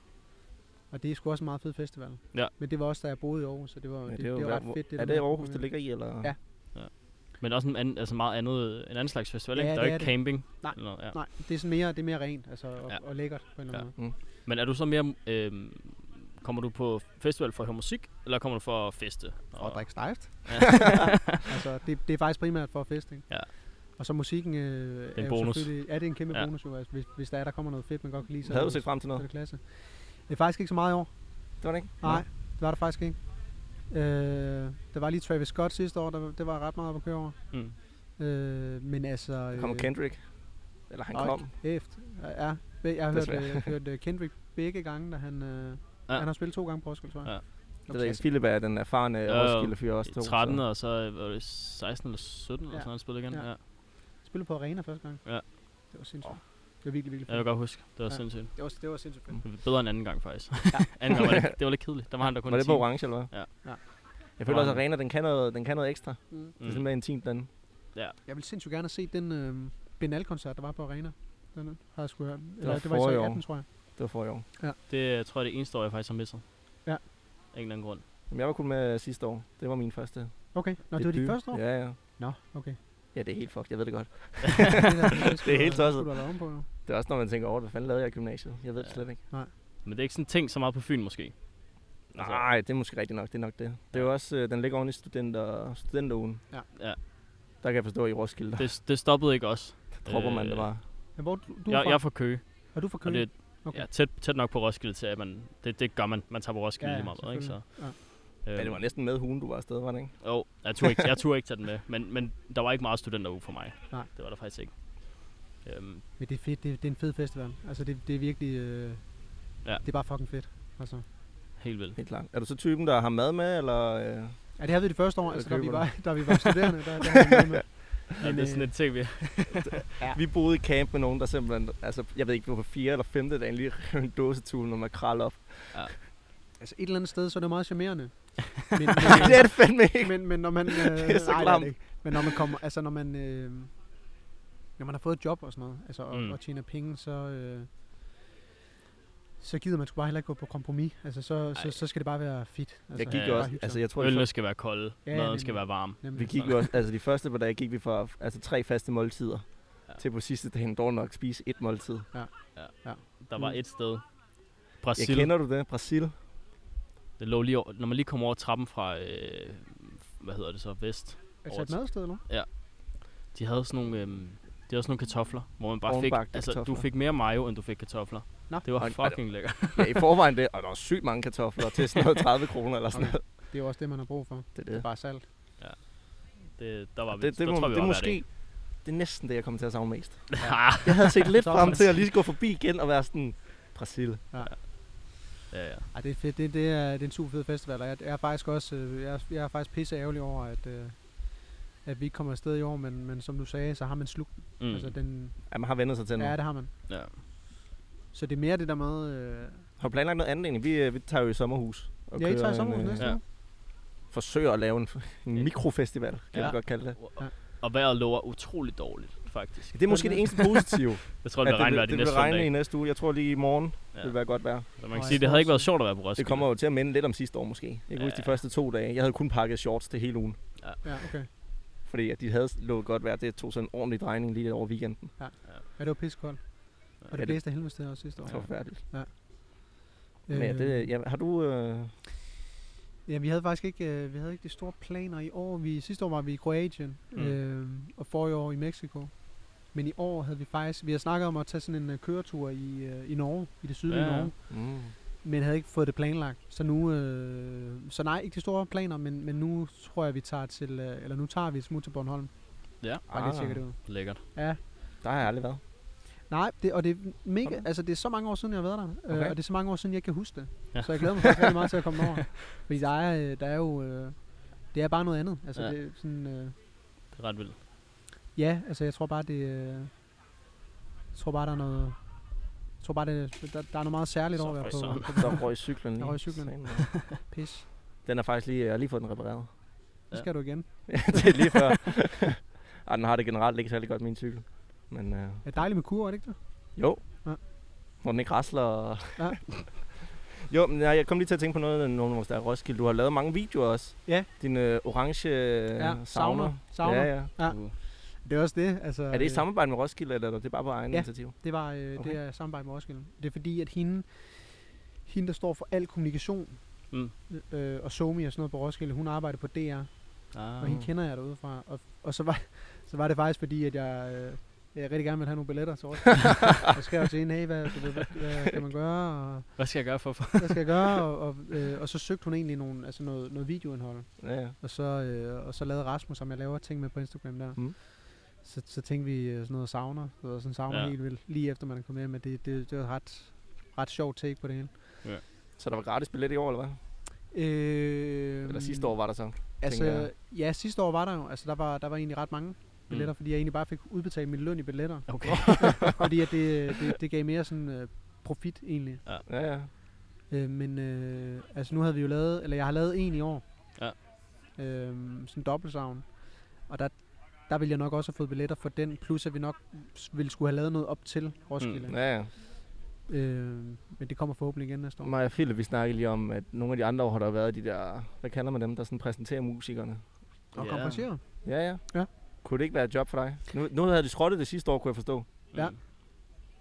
C: Og det er sgu også en meget fed festival.
B: Ja.
C: Men det var også, da jeg boede i Aarhus, så det var,
A: Ja,
C: det,
A: det er jo
C: det var
A: hver-
C: ret fedt.
A: er
C: der
A: det
C: med-
A: Aarhus, det ligger i, eller?
C: Ja.
B: Men også en anden, altså meget andet, en anden slags festival, ikke?
C: Ja,
B: Ja, der er
C: det
B: jo
C: er
B: ikke camping.
C: Nej.
B: Eller noget, ja.
C: Nej, det er sådan mere, det er mere rent altså, og,
B: Ja.
C: ja. og lækkert på en eller anden
B: Men er du så mere... Øh, kommer du på festival for at høre musik, eller kommer du for at feste?
C: måde. Og drikke stejst. altså, det, det er faktisk primært for fest, ikke?
B: Ja.
C: Og så musikken øh, det
B: en
C: er,
B: bonus.
C: selvfølgelig... Ja, det er en kæmpe
B: Ja.
C: ja. bonus jo. Altså, hvis, hvis der er, der kommer noget fedt, man godt kan lide, så,
A: Havde
C: er
A: du
C: det-
A: set frem til
C: så er
A: noget?
C: det klasse. Det er faktisk ikke så meget i år.
A: Det var det ikke?
C: Nej, det var der faktisk ikke. Øh, der var lige Travis Scott sidste år, der, det var ret meget op at køre over.
B: Mm.
C: Øh, men altså...
A: Der Kommer Kendrick? Eller han
C: og
A: kom?
C: Kæft. Ja, jeg har hørt,
A: Desværre.
C: øh, jeg har hørt øh, Kendrick begge gange, da han... Øh,
B: Ja.
C: ja. Han har spillet to gange på Roskilde, tror jeg.
B: Ja.
A: Det ved jeg ikke. Philip er den erfarne
B: Ja,
A: Roskilde fyr også to.
B: 13
A: så-
B: og så øh, var det 16 eller 17 eller sådan
C: Ja.
B: noget, han spillede igen.
C: Ja.
B: Ja. ja.
C: Spillede på Arena første gang.
B: Ja.
C: Det var sindssygt. Det var virkelig, virkelig
B: Jeg kan
C: fedt.
B: godt huske. Det var
C: Ja.
B: ja. sindssygt.
C: Det var, det var sindssygt fedt.
B: Bedre end anden gang, faktisk. Ja. anden gang var det, det var lidt kedeligt. Der var han der kun
A: Var det
B: en
A: på
B: time.
A: orange, eller hvad?
B: Ja.
C: Ja.
A: Jeg føler også, at
B: Orange.
A: Arena, den kan noget, den kan noget ekstra. Mm.
C: Mm.
A: Det er sådan mere intimt, den.
C: Jeg ville sindssygt gerne have set den øh, Benal-koncert, der var på Arena. Den øh, har jeg sgu hørt.
A: var
C: Eller, det var i så
A: forrige
C: i
A: år.
C: 18, tror jeg.
A: Det var for i år.
B: Det øh, tror jeg, det eneste år, jeg faktisk har misset.
C: Ja.
B: Af en eller anden grund.
A: Jamen, jeg var kun med sidste år. Det var min første.
C: Okay. Nå, det var dit
A: debut.
C: første år?
A: Ja, ja.
C: Nå, okay.
A: Ja, det er helt fucked. Jeg ved det godt.
C: det
A: Det er helt tosset.
C: Det skulle du have lavet om på, jo.
A: Det er også, når man tænker over, hvad fanden lavede jeg i gymnasiet? Jeg ved det
B: Ja.
A: slet ikke.
B: Men det er ikke sådan ting så meget på Fyn, måske. Altså-
A: Nej, det er måske rigtigt nok. Det er nok det. Det er jo også, øh, den ligger oven i studenter, studenterugen.
C: Ja.
B: Ja.
A: Der kan jeg forstå, at i Roskilde, der
B: Det, det stoppede ikke også. Øh,
A: dropper man det bare.
C: Men hvor er du, du
B: Jeg, jeg
C: er
B: er fra
C: fra?
B: Køge,
C: Er du fra
B: og
C: Køge?
B: det er
C: Okay.
B: okay. ja, tæt, tæt nok på Roskilde til, at man, det, det gør man. Man tager på Roskilde ja, lige meget, bedre, ikke? Så,
C: selvfølgelig.
B: øh,
A: Ja, det var næsten med hugen, du var afsted, var det ikke?
B: Jo, jeg turde ikke, jeg turde ikke tage den med, men, men der var ikke meget studenteruge for mig.
C: Nej.
B: Det var der faktisk ikke. Øhm,
C: Men det er fedt. Det er, det er en fed festival. Altså, det, det er virkelig... Øh,
B: Ja.
C: ja. Det er bare fucking fedt. Altså.
B: helt vildt.
A: Helt klart. Er du så typen, der har mad med, eller... Øh,
C: Ja, det havde vi det første år,
A: Eller
C: altså, da vi,
A: køber
C: var, da vi var studerende. Der, der havde vi noget med.
B: Ja,
C: Men,
B: det er sådan
C: øh,
B: et ting, vi...
A: ja. Vi boede i camp med nogen, der simpelthen... Altså, jeg ved ikke, vi var på fjerde eller femte dagen lige rev en dåsetule, når man kravler op.
C: altså, et eller andet sted, så er det meget charmerende. Men, men,
A: det er det fandme ikke!
C: men, men når man... Øh, det
A: er så
C: nej, det er
A: klamt.
C: det ikke. Men når man kommer... Altså, når man... Øh, når man har fået et job og sådan noget, altså, og,
B: Mm.
C: mm. og tjener penge, så... Øh, så gider man sgu bare heller ikke gå på kompromis. Altså, så,
B: Ej.
C: så, så skal det bare være fedt. Altså,
A: Jeg gik
B: Ja,
A: jo
B: ja.
C: bare
A: også...
C: hygge sig.
A: Altså, jeg tror,
B: Ølene
A: vi,
B: skal være kolde,
C: Ja,
B: ja, maden
C: nemlig.
B: skal være varm.
C: Nemlig.
A: vi gik jo også... Altså, de første par dage gik vi fra altså, tre faste måltider
B: Ja.
A: ja. til på sidste dagen dog nok spise et måltid.
B: Der var
C: Mm.
B: et sted,
A: Jeg
B: Brasil,
A: kender du det? Brasil?
B: det lå lige over, når man lige kommer over trappen fra, øh, hvad hedder det så, vest.
C: Altså et
B: Overtid.
C: madsted, eller?
B: De havde sådan nogle, øhm, de havde sådan nogle kartofler, hvor man bare fik,
A: Ovenbagte
B: altså
A: kartofler.
B: du fik mere mayo, end du fik kartofler.
C: Nå.
B: Det var
A: Ej, ej, det-
B: fucking lækkert.
A: Ja, i forvejen det. Og der var sygt mange kartofler til sådan noget 30 kroner eller sådan
C: Okay.
A: noget.
C: Det er jo også det, man har brug for. Det
A: Det er
C: er
A: det.
C: bare salt.
B: Det, der var vi,
A: Det, det,
B: der
A: må,
B: tror vi
A: det er
B: var hver dag.
A: måske... Det er næsten det, jeg kommer til at savne mest.
B: Ja.
A: Jeg havde set lidt
C: Så er
A: frem
C: man-
A: til at lige gå forbi igen og være sådan... Brasil.
B: ja, ja.
C: Ej, det er fedt. Det, det, er, det er en super fed festival, og jeg, jeg er faktisk også øh, jeg, er- jeg er faktisk pisse ærgerlig over, at, øh, at vi ikke kommer afsted i år, men, men som du sagde, så har man slug. Mm.
B: Mm.
C: Altså, den,
A: Ja, man har vendt sig til nu.
C: ja, det har man.
B: ja.
C: Så det er mere det der med... Øh,
A: Har du planlagt noget andet egentlig? Vi, øh, vi tager jo i sommerhus og
C: Ja, I tager i
A: kører
C: sommerhus
A: en, øh,
C: næste
B: ja.
C: ja. uge.
A: forsøger at lave en, en mikrofestival, kan
B: Ja.
A: ja. man godt kalde det.
B: Og, og vejret lover utroligt dårligt, faktisk.
A: Det er måske det eneste positive,
B: Jeg tror, det bliver regnvejr de
A: det vil
B: næste fem
A: regne i
B: dage.
A: næste uge. Jeg tror lige i morgen ja.
B: Ja.
A: vil være godt vejr.
B: Så man kan
C: Nå,
B: sige,
C: jeg
B: det
C: tror
B: havde ikke været
C: også-
B: sjovt at være på Roskilde.
A: Det kommer jo til at minde lidt om sidste år måske. Jeg kan ja. huske
B: Ja.
A: de første to dage. Jeg havde kun pakket shorts til hele ugen,
C: Ja, okay.
A: fordi at de havde lovet godt vejr. Det tog sådan en ordentlig drejning lige over weekenden.
C: Ja, det var pissekoldt. Og
A: Ja,
C: det
A: det-
C: blæste af helvedes til også sidste år.
A: Det var forfærdeligt.
C: Øh,
A: Men ja, det, ja, har du... Øh,
C: Ja, vi havde faktisk ikke, øh, vi havde ikke de store planer i år. Vi, sidste år var vi i Kroatien,
B: Mm.
C: mm. øh, og forrige år i Mexico. Men i år havde vi faktisk, vi havde snakket om at tage sådan en øh, køretur i, øh, i Norge, i det sydlige
B: Ja,
C: ja.
B: ja.
C: Norge,
A: mm,
C: men havde ikke fået det planlagt. Så nu, øh, så nej, ikke de store planer, men, men nu tror jeg, vi tager til, øh, eller nu tager vi et smut til Bornholm.
B: Ja.
C: Bare lige
A: Ah.
C: tjekker det ud.
B: Lækkert.
C: Ja.
A: der har jeg aldrig været.
C: Nej, det, og det er mega,
A: Sådan.
C: altså det er så mange år siden, jeg har været der, okay.
A: Okay.
C: øh, og det er så mange år siden, jeg ikke kan huske det.
B: Ja.
C: Ja. Så jeg glæder mig faktisk rigtig meget til at komme over. Fordi der er, øh, der er jo, øh, det er bare noget andet. Altså
B: Ja.
C: ja. det er sådan, øh,
B: Det er ret vildt.
C: Ja, altså jeg tror bare, det... øh, Jeg tror bare, der er noget... Jeg tror bare, det, der, der er noget meget særligt
B: Så
C: over at
B: for
C: være
B: søren.
C: på, på
A: Så røg cyklen lige.
C: Jeg røg cyklen.
A: Sådan.
C: pis.
A: Den er faktisk lige... Jeg har lige fået den repareret.
C: Så
B: Ja.
C: skal du igen.
A: Ja, det er lige før. Ej, den har det generelt ikke særlig godt, min cykel. Men øh,
C: Det er dejligt med kur, er det ikke det?
A: jo,
C: Ja.
A: hvor den ikke rasler. Og
C: Ja.
A: jo, men jeg jeg kom lige til at tænke på noget, nogen af der er i Roskilde. Du har lavet mange videoer også.
C: Ja.
A: Din øh, orange øh,
C: Ja,
A: ja,
C: sauna.
A: sauna.
C: Sauna.
A: Ja, ja.
C: Ja.
B: Uh,
C: Det er også det. Altså,
A: Er det i
C: øh,
A: samarbejde med Roskilde, eller er det bare på egen
C: Ja.
A: ja. initiativ?
C: Det var øh, okay.
A: Okay.
C: det er samarbejde med Roskilde. Det er fordi, at hende, hende der står for al kommunikation,
B: Mm.
C: øh, og Somi og sådan noget på Roskilde, hun arbejder på DR,
B: ah.
C: og hende kender jeg derude fra. Og, og så, var, så var det faktisk fordi, at jeg, øh, jeg rigtig gerne ville have nogle billetter til Roskilde. jeg skrev til hende, hey, hvad, du ved, hvad, hvad kan man gøre? Og,
B: Hvad skal jeg gøre for at få...
C: hvad skal jeg gøre? Og, og, øh, og så søgte hun egentlig nogle, altså noget, noget videoindhold,
A: Ja, ja.
C: og så, øh, og så lavede Rasmus, som jeg laver ting med på Instagram der. Mm.
A: Mm.
C: Så, så tænkte vi øh, sådan noget sauna, du ved, sådan sauna
B: Ja.
C: ja. helt vildt, lige efter man er kommet hjem, men det, det, det var et ret, ret sjovt take på det hele.
A: Så der var gratis billet i år, eller hvad?
C: Øh,
A: Eller sidste år var der så. tænker
C: Altså,
A: jeg.
C: ja, sidste år var der jo, altså der var, der var egentlig ret mange billetter, mm. fordi jeg egentlig bare fik udbetalt min løn i billetter,
B: Okay.
C: fordi at det, det, det gav mere sådan øh, profit egentlig.
A: Ja, ja.
C: Øh, men øh, altså nu havde vi jo lavet, eller jeg har lavet en i år.
B: Ja.
C: Øh, sådan en dobbeltsavn. Og der, der ville jeg nok også have fået billetter for den, plus at vi nok s- ville skulle have lavet noget op til Roskilde.
A: Mm, ja, ja.
C: Mm. Øh, men det kommer forhåbentlig igen næste år.
A: Mig og Philip, vi snakkede lige om, at nogle af de andre år har der været de der, hvad kalder man dem, der sådan præsenterer musikerne.
C: Og
B: Ja.
C: konferencerer.
A: Ja, ja.
C: Ja.
A: Kunne det ikke være et job for dig? Nu, nu havde de skrottet det sidste år, kunne jeg forstå.
C: Ja.
B: Mm.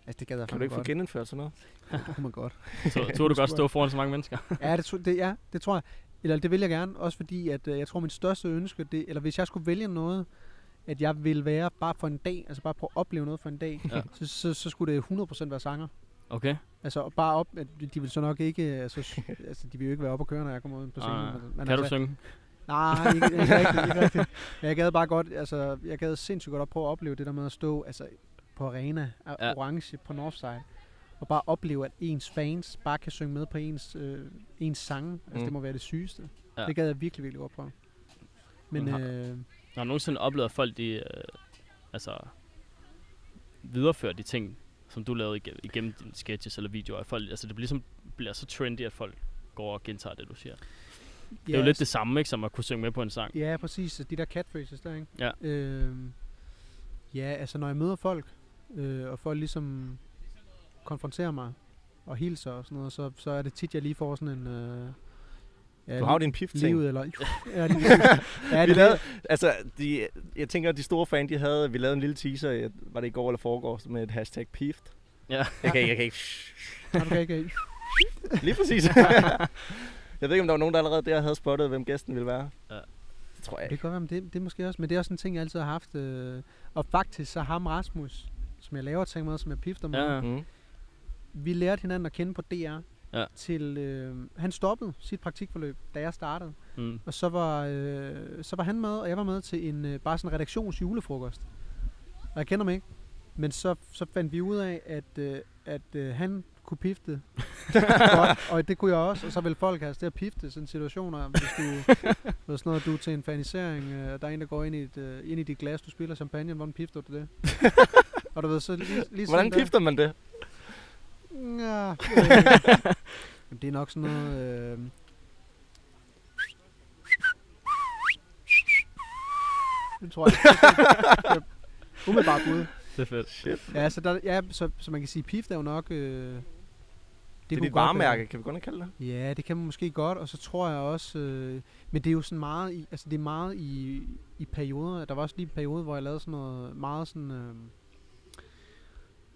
C: Altså det gad
A: Kan
C: jeg
A: du
C: fandme
A: ikke få
C: godt.
A: genindført sådan noget?
C: Det kunne man godt.
B: Så tog du godt stå foran så mange mennesker.
C: ja, det, tro- det, ja, det tror jeg. Eller det vil jeg gerne, også fordi at, øh, jeg tror, min største ønske, det, eller hvis jeg skulle vælge noget, at jeg ville være bare for en dag, altså bare på at opleve noget for en dag,
B: Ja.
C: ja. så, så, så skulle det 100% være sanger.
B: Okay.
C: Altså og bare op, at de- de vil så nok ikke, altså, s- altså de vil jo ikke være oppe og køre, når jeg kommer ud på scenen.
B: Ah,
C: men, men
B: Kan du
C: altså,
B: synge?
C: Nej, ikke, ikke rigtigt, ikke rigtigt. Men jeg gad bare godt, altså jeg gad sindssygt godt at prøve at opleve det der med at stå altså, på arena,
B: Ja.
C: ja. orange på Northside, og bare opleve, at ens fans bare kan synge med på ens, øh, ens sange. Altså
A: Mm.
C: det må være det sygeste.
B: Ja.
C: Ja. Det gad jeg virkelig, virkelig godt prøve. Men
B: Men har-
C: øh,
B: Har du nogensinde oplevet, at folk de, øh, altså, viderefører de ting, som du lavede igennem, igennem dine sketches eller videoer? At folk, altså, det bliver, ligesom, bliver så trendy, at folk går og gentager det, du siger. Yes. Det er jo lidt det samme, ikke, som at kunne synge med på en sang.
C: Ja, præcis. Altså, De der catphrases der, ikke?
B: Ja.
C: Øhm, ja, altså når jeg møder folk, øh, og folk ligesom konfronterer mig og hilser og sådan noget, så, så er det tit, jeg lige får sådan en... Øh, ja,
A: Du har jo
C: li-
A: din pift-ting.
C: livet, eller... Ja, lige præcis. ja,
A: vi
C: det,
A: lavede, altså, de, jeg tænker, at de store fan, de havde, vi lavede en lille teaser, i- var det i går eller foregårs, med et hashtag pift.
B: Ja.
A: Jeg kan ikke, jeg kan ikke.
C: Nå, du kan ikke...
A: Lige præcis. jeg ved ikke, om der var nogen, der allerede der havde spottet, hvem gæsten ville være.
B: Ja.
A: Det tror jeg
C: Det kan
A: ikke.
C: godt være, men det, det er måske også, men det er også en ting, jeg altid har haft. Øh, og faktisk så ham Rasmus, som jeg laver ting med, som jeg pifter med,
B: Ja, ja.
A: Mm.
C: vi lærte hinanden at kende på DR.
B: Ja.
C: Til, øh, han stoppede sit praktikforløb, da jeg startede.
B: Mm.
C: Og så var, øh, så var han med, og jeg var med til en øh, bare sådan redaktions julefrokost. Og jeg kender mig ikke. Men så, så fandt vi ud af, at, øh, at øh, han kunne pifte. godt, og det kunne jeg også. Og så ville folk have os til at pifte i sådan situationer. Hvis du, ved sådan noget, du er til en fanisering, øh, og der er en, der går ind i, et, øh, ind i dit glas, du spiller champagne, hvordan pifter du det? og du ved, så lige, lige
A: Hvordan pifter man det?
C: Ja, øh, jamen, det er nok sådan noget... Øh, det tror jeg. Umiddelbart bud.
B: Det er fedt.
A: Shit. Det,
C: Ja, så, der, ja, så, så man kan sige, pif er jo nok... Øh, det,
A: det er
C: kunne
A: dit
C: godt
A: varemærke, kan vi godt nok kalde det?
C: være- Ja, det kan man måske godt, og så tror jeg også... Øh, men det er jo sådan meget i, altså det er meget i, i perioder. Der var også lige en periode, hvor jeg lavede sådan noget meget sådan... Øh, øh,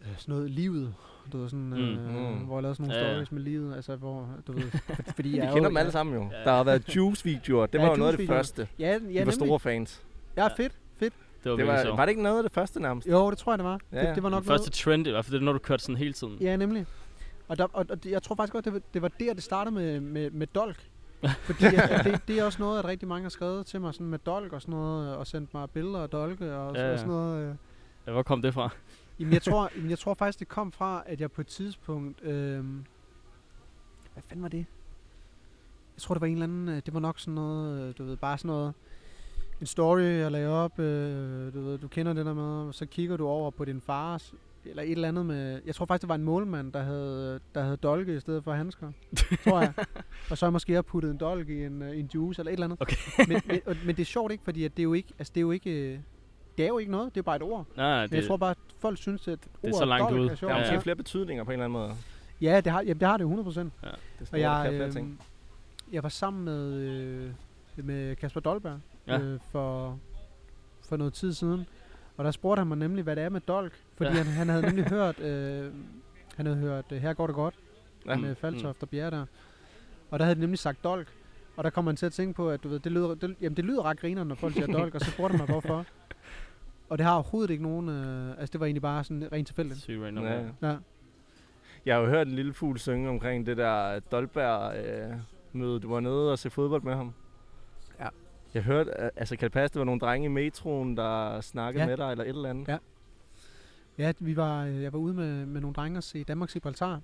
C: sådan noget livet, du ved, sådan, øh,
A: Mm. Mm.
C: hvor jeg lavede sådan nogle
B: Ja, ja.
C: stories med livet, altså hvor, du ved, for- fordi
A: Vi
C: jeg er
A: kender
C: jo-
A: dem alle sammen jo.
B: Ja.
A: Der har været Juice-videoer. Det
C: Ja,
A: var jo noget af det
C: Juice-videoer.
A: første.
C: Ja, ja,
A: Vi var
C: nemlig.
A: store fans.
C: Ja,
B: Ja.
C: fedt, fedt.
B: Det var,
A: Det
B: virkelig
A: var,
B: sjovt.
A: var det ikke noget af det første nærmest?
C: Jo, det tror jeg, det var.
A: Ja, ja.
C: Det, det var nok
B: Den første trend i hvert fald, det er når du kørte sådan hele tiden.
C: Ja, nemlig. Og, der, og, og det- jeg tror faktisk godt, det var, det var der, det startede med, med, med dolk. Fordi at, at det, det er også noget, at rigtig mange har skrevet til mig sådan med dolk og sådan noget, øh, og sendt mig billeder af dolke og,
B: Ja,
C: ja,
B: ja.
C: og sådan noget. Øh.
B: Ja, hvor kom det fra?
C: Jamen, jeg tror, jamen, jeg tror faktisk, det kom fra, at jeg på et tidspunkt... Øh, hvad fanden var det? Jeg tror, det var en eller anden... øh, Det var nok sådan noget, øh, du ved, bare sådan noget... En story, jeg lagde op, øh, du ved, du kender det der med, så kigger du over på din fars, eller et eller andet med, jeg tror faktisk, det var en målmand, der havde, der havde dolke i stedet for handsker, tror jeg. Og så har jeg måske har puttet en dolk i en, øh, i en juice, eller et eller andet.
B: Okay.
C: men, men, og, men, det er sjovt ikke, fordi at det er jo ikke, altså det er jo ikke, øh, det er jo ikke noget, det er bare et ord.
B: Nej, nej, det,
C: Men jeg tror bare, at folk synes, at
B: er så
C: ordet
B: langt
C: dolk
B: ude.
C: er sjovt.
A: Der er
B: Ja,
A: måske
B: ja.
A: flere betydninger på en eller anden måde.
C: Ja, det har, jamen, det har det jo 100 procent.
A: Det er
C: Og
A: sådan noget, der
C: jeg,
A: kan flere ting.
C: øh, jeg var sammen med, øh, med Kasper Dolberg
B: Ja.
C: ja. øh, for, for noget tid siden. Og der spurgte han mig nemlig, hvad det er med dolk. Fordi
B: Ja.
C: ja. han, han havde nemlig hørt, øh, han havde hørt, øh, her går det godt
A: Ja.
C: ja.
B: mm.
C: med Faltoft og Bjerre der. Og der havde de nemlig sagt dolk. Og der kommer han til at tænke på, at du ved, det lyder, det, jamen, det lyder ret griner, når folk siger dolk, og så spurgte han mig, hvorfor. Og det har overhovedet ikke nogen... Øh, altså, det var egentlig bare sådan rent tilfældigt.
B: Sygt random.
A: Ja,
B: Ja.
A: ja.
C: Ja.
A: Jeg har jo hørt en lille fugl synge omkring det der Dolberg-møde. Du var nede og se fodbold med ham.
C: Ja.
A: Jeg hørte, øh, altså kan det passe, der var nogle drenge i metroen, der snakkede
C: Ja.
A: med dig eller et eller andet?
C: Ja. Ja, vi var, øh, jeg var ude med, med nogle drenge og se Danmark Gibraltar.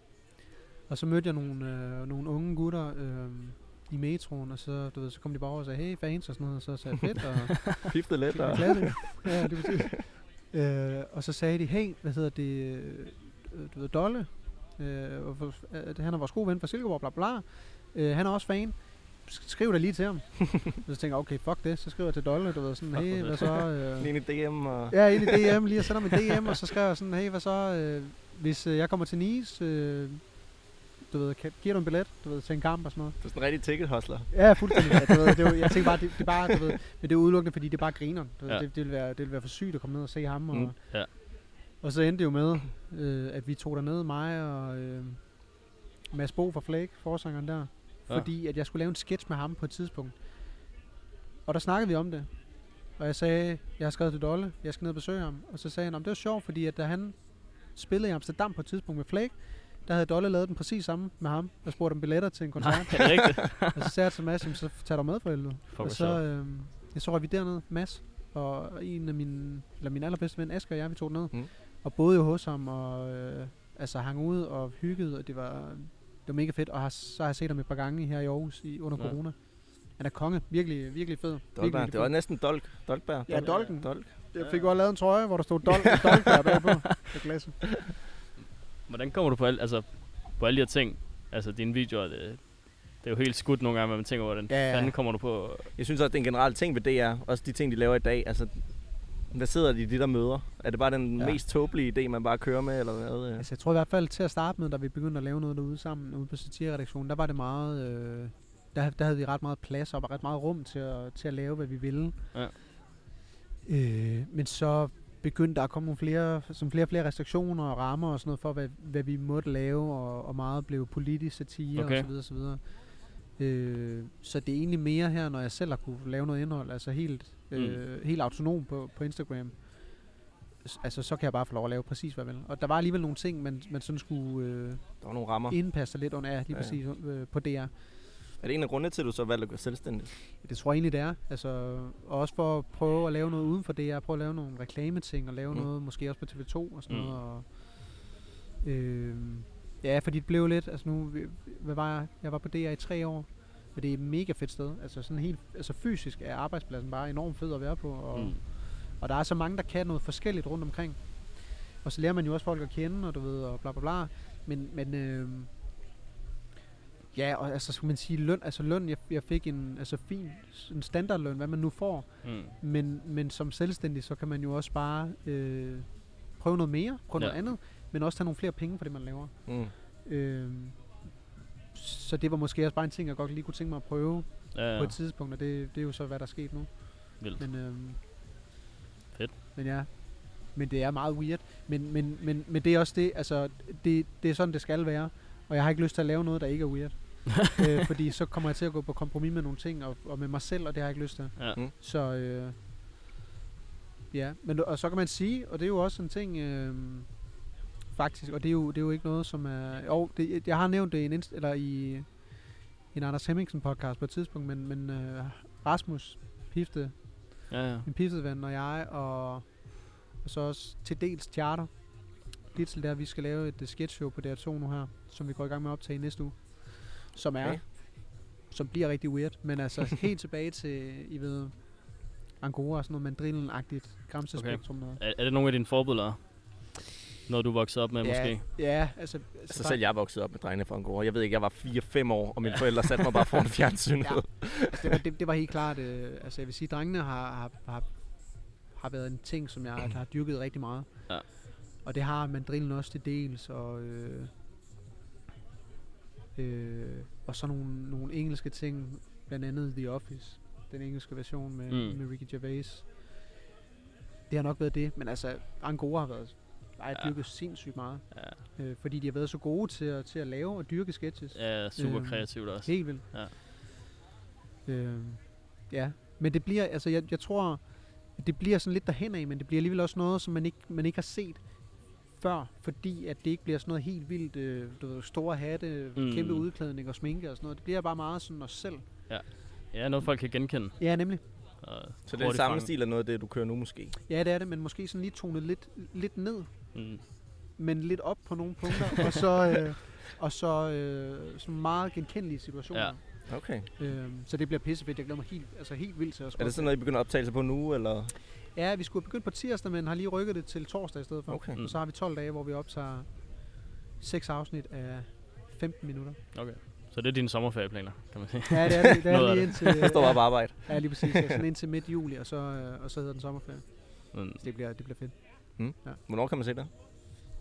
C: Og så mødte jeg nogle, øh, nogle unge gutter øh, i metroen, og så, du ved, så kom de bare over og sagde, hey fans og sådan noget, og så sagde jeg fedt, og
A: Piftede lidt.
C: det er
A: Og...
C: klasse. ja, det er præcis. øh, og så sagde de, hey, hvad hedder det, øh, du ved, Dolle, øh, og hvor- øh, det- han er vores gode ven fra Silkeborg, bla bla, bla. øh, han er også fan, Sk- skriv da lige til ham. og så tænker jeg, okay, fuck det, så skriver jeg til Dolle, du ved, sådan,
B: Fuck,
C: hey,
B: hvor
C: hvad så, øh,
A: Lige en DM og...
C: Ja, ind i DM, lige at sende ham en DM, og så skrev jeg sådan, hey, hvad så, øh, hvis øh, jeg kommer til Nice, øh, du ved, kan, giver du en billet, du ved, til en kamp og sådan noget.
A: Det er sådan en rigtig ticket hustler.
C: Ja, fuldstændig. Ja, du ved, det var, jeg tænkte bare, det, det er bare, du ved, men det er udelukkende, fordi det er bare griner. Du ved,
B: Ja.
C: ja. det, det, ville være, det ville være for sygt at komme ned og se ham. Og,
A: Mm.
C: mm.
B: Ja.
C: og så endte det jo med, øh, at vi tog derned, mig og øh, Mads Bo fra Flake, forsangeren der,
B: Ja.
C: ja. fordi at jeg skulle lave en sketch med ham på et tidspunkt. Og der snakkede vi om det. Og jeg sagde, jeg har skrevet til Dolle, jeg skal ned og besøge ham. Og så sagde han, om det var sjovt, fordi at da han spillede i Amsterdam på et tidspunkt med Flake, der havde Dolle lavet den præcis samme med ham, og spurgte om billetter til en koncert.
B: Nej, er det rigtigt?
C: Og Altså, så sagde jeg til Mads, "Jamen, så tag dig med for helvede.
B: Fuck,
C: og
B: hvor
C: så,
B: sjovt.
C: øh, ja, så røg vi derned, Mads, og en af mine, eller min allerbedste ven, Asger og jeg, vi tog ned.
A: Mm.
C: Mm. Og boede jo hos ham, og øh, altså hang ud og hyggede, og det var, det var mega fedt. Og har, så har jeg set ham et par gange her i Aarhus i, under
B: Ja.
C: ja. corona. Han er konge, virkelig, virkelig fed. Virkelig,
A: Dolberg.
C: virkelig
A: Det var næsten Dolk. Dolberg.
C: Ja, Dolken.
A: Dolk.
C: fed. Jeg fik også lavet en trøje, hvor der stod Dolk, Dolk der bagpå. Det er klasse.
B: Hvordan kommer du på, al, altså, på alle de her ting? Altså, dine videoer, det, det er jo helt skudt nogle gange, hvor man tænker, hvordan
C: Ja,
B: ja.
C: ja.
B: fanden kommer du på?
A: Jeg synes også, det er en generel ting ved DR. Også de ting, de laver i dag. Altså, hvad sidder de i de der møder? Er det bare den
C: Ja.
A: ja. mest tåbelige idé, man bare kører med, eller hvad? Øh,
C: Altså, jeg tror i hvert fald til at starte med, da vi begyndte at lave noget derude sammen, ude på satireredaktionen, der var det meget... Øh, der, der havde vi ret meget plads og ret meget rum til at, til at lave, hvad vi ville.
B: Ja.
C: Øh, men så begyndte der at komme nogle flere, som flere og flere restriktioner og rammer og sådan noget for, hvad, hvad vi måtte lave, og, og meget blev politisk
B: Okay.
C: satire okay. og så videre, så videre. Øh, så det er egentlig mere her, når jeg selv har kunne lave noget indhold, altså helt, øh, helt autonom på, på Instagram. S- Altså, så kan jeg bare få lov at lave præcis, hvad jeg vil. Og der var alligevel nogle ting, man, man sådan skulle øh,
A: Der var nogle rammer.
C: indpasse sig lidt under, ja, lige
A: Ja,
C: ja,
A: ja.
C: præcis øh, på DR.
A: Er det en af grundene til, at du så valgte at gå selvstændig?
C: Det tror jeg egentlig, det er. Altså, og også for at prøve at lave noget uden for DR, prøve at lave nogle reklameting, og lave
A: Mm.
C: mm. noget måske også på TV2 og sådan
B: Mm.
C: mm. noget. Og, øh, ja, fordi det blev lidt, altså nu, vi- hvad var jeg? Jeg var på DR i tre år, og det er et mega fedt sted. Altså sådan helt, altså fysisk er arbejdspladsen bare enormt fed at være på, og, mm.
B: Mm.
C: og der er så mange, der kan noget forskelligt rundt omkring. Og så lærer man jo også folk at kende, og du ved, og bla bla bla. Men, men øh, øhm, Ja, og altså skulle man sige løn, altså løn, jeg, jeg fik en altså fin en standardløn, hvad man nu får,
B: Mm.
C: men, men som selvstændig, så kan man jo også bare øh, prøve noget mere, prøve
B: Ja.
C: ja. noget andet, men også tage nogle flere penge for det, man laver.
A: Mm.
C: Øh, så det var måske også bare en ting, jeg godt lige kunne tænke mig at prøve
B: Ja,
C: ja.
B: ja.
C: på et tidspunkt, og det, det er jo så, hvad der er sket nu.
B: Vildt.
C: Men, øhm,
B: Fedt.
C: Men ja, men det er meget weird. Men, men, men, men det er også det, altså, det, det er sådan, det skal være. Og jeg har ikke lyst til at lave noget, der ikke er weird. øh, fordi så kommer jeg til at gå på kompromis med nogle ting, og, og med mig selv, og det har jeg ikke lyst til.
B: Ja.
A: Mm.
C: Så, øh, ja. Men, og så kan man sige, og det er jo også en ting, øh, faktisk, og det er, jo, det er jo ikke noget, som er... Jo, det, jeg har nævnt det i en, inst- eller i en Anders Hemmingsen podcast på et tidspunkt, men, men øh, Rasmus Pifte,
B: ja, ja.
C: min pizzaven og jeg, og, og så også til dels Charter. Gitzel der, vi skal lave et øh, sketchshow på DR2 nu her, som vi går i gang med at optage i næste uge. Som er,
A: Okay.
C: okay. som bliver rigtig weird, men altså helt tilbage til, I ved, Angora og sådan noget mandrillen-agtigt gramsespektrum. Okay.
B: Er, er det nogle af dine forbilleder? Når du voksede op med,
C: Ja,
B: måske?
C: ja, altså... altså
A: Så selv jeg voksede op med drengene fra Angora. Jeg ved ikke, jeg var 4-5 år, og mine forældre satte mig bare foran fjernsynet.
C: Ja. altså, det, var, det, det var helt klart, øh, altså jeg vil sige, drengene har, har, har, har været en ting, som jeg har dyrket rigtig meget.
B: Ja.
C: Og det har mandrillen også til dels, og, øh, øh, og så nogle, nogle engelske ting, blandt andet The Office, den engelske version med,
B: Mm.
C: mm. med Ricky Gervais. Det har nok været det, men altså, Angora har været ej, jeg
B: Ja.
C: dyrket sindssygt meget. Ja. Øh, fordi de har været så gode til at, til at lave og dyrke sketches.
B: Ja, super
C: Øhm,
B: kreativt også.
C: Helt vildt.
B: Ja.
C: Øhm, ja, men det bliver, altså jeg, jeg tror, at det bliver sådan lidt derhen af, men det bliver alligevel også noget, som man ikke, man ikke har set før, fordi at det ikke bliver sådan noget helt vildt, øh, du ved, store hatte,
B: Mm.
C: mm. kæmpe udklædning og sminke og sådan noget. Det bliver bare meget sådan os selv.
B: Ja, noget folk kan genkende.
C: Ja, nemlig.
B: Og
A: Så den
B: hurtigt
A: samme
B: fange.
A: stil er noget af det, du kører nu måske.
C: Ja, det er det, men måske sådan lige tonet lidt, lidt ned,
B: Mm.
C: men lidt op på nogle punkter, og så, øh, og så øh, sådan meget genkendelige situationer.
A: Okay.
C: Ja. Øhm, så det bliver pissefedt. Jeg glæder mig helt, altså helt vildt til at
A: Er
C: skulle
A: det sådan noget, I begynder at optage sig på nu, eller?
C: Ja, vi skulle have begyndt på tirsdag, men har lige rykket det til torsdag i stedet for.
A: Okay.
B: Mm.
C: Og så har vi 12 dage, hvor vi optager 6 afsnit af 15 minutter.
B: Okay. Så det er dine sommerferieplaner, kan man sige.
C: Ja, det er, det, det
B: Noget
C: er
B: af
C: lige
B: det.
C: indtil,
A: Jeg står bare
C: ja,
A: på arbejde.
C: ja, lige præcis. Ja, sådan indtil midt juli, og så, øh, og så hedder den sommerferie.
B: Men,
C: Så det bliver, det bliver fedt.
A: Hvornår kan man se det?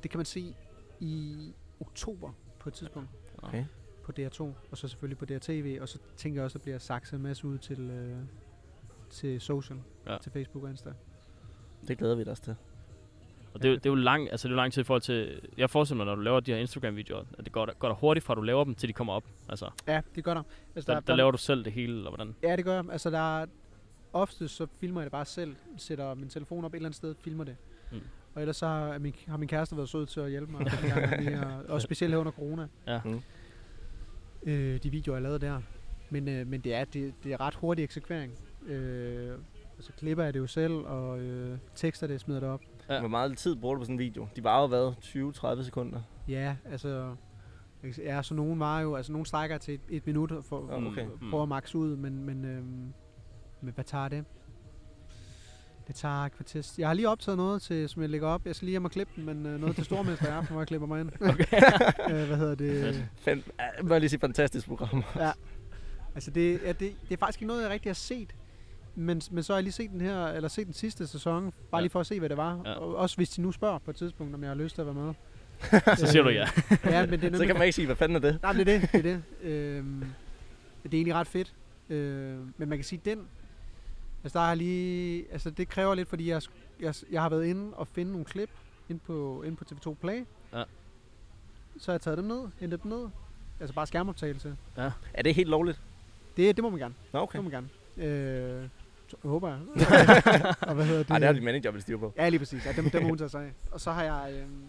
C: Det kan man se i oktober på et tidspunkt.
A: Okay.
C: På DR2, og så selvfølgelig på DRTV, og så tænker jeg også, at der bliver sakset en masse ud til, øh, til social,
B: Ja.
C: ja. til Facebook og Insta.
A: Det glæder vi os til.
B: og det, er jo- det, er jo lang, altså det er jo lang tid i forhold til... Jeg forestiller mig, når du laver de her Instagram-videoer, at det går, der, går der hurtigt fra, at du laver dem, til de kommer op. Altså, der,
C: Ja, det gør der. Altså,
B: der, der laver du selv det hele, eller hvordan?
C: Ja, det gør jeg. Altså, der er, ofte så filmer jeg det bare selv. Sætter min telefon op et eller andet sted, filmer det.
B: Mm.
C: Mm. Og ellers så har min, har min kæreste været sød til at hjælpe mig. nogle gange lige, og, og specielt her under corona.
B: Ja.
A: Mm.
C: Øh, de videoer, jeg lavede der. Men, øh, men det, er, det, det er ret hurtig eksekvering. Øh, og så klipper jeg det jo selv, og øh, tekster det, smider det op.
B: Ja.
A: Hvor meget tid bruger du på sådan en video? De varer jo hvad? 20-30 sekunder?
C: Ja, altså... jeg kan- Ja, så nogen var jo... Altså, nogen strækker til et, et minut for,
A: Nå, okay.
B: Mm.
C: prøver at max ud, men, men, øhm, men hvad tager det? Det tager et kvartest. Jeg har lige optaget noget, til, som jeg lægger op. Jeg skal lige hjem og klippe den, men øh, noget til stormester i aften, hvor jeg klipper mig ind.
B: Okay.
C: øh, hvad hedder det?
A: Fem, ah, må jeg lige sige, fantastisk program.
C: Altså, det, ja, det, det er faktisk ikke noget, jeg rigtig har set. Men, men så har jeg lige set den her, eller set den sidste sæson, bare
B: Ja.
C: ja. lige for at se, hvad det var.
B: Ja.
C: Ja. Og også hvis de nu spørger på et tidspunkt, om jeg har lyst til at være med. Øh,
B: så siger du ja.
C: ja, men det
A: Så kan
C: er nemlig
A: man ikke sige, hvad fanden er det?
C: Nej, men det er det. det, er det. Øhm, det er egentlig ret fedt. Øhm, men man kan sige, den... Altså, der er lige... Altså, det kræver lidt, fordi jeg, jeg, jeg har været inde og finde nogle klip ind på, inde på TV2 Play.
B: Ja.
C: Så har jeg taget dem ned, hentet dem ned. Altså bare skærmoptagelse.
A: Er det helt lovligt?
C: Det, det må man gerne.
A: Nå,
C: Okay.
A: okay.
C: Det må man gerne. Øh, så- håber jeg. og hvad hedder det?
A: Ej, det har din manager vel styr på.
C: Ja, lige præcis. Ja, dem, dem har hun taget sig af. Og så har jeg... Øhm,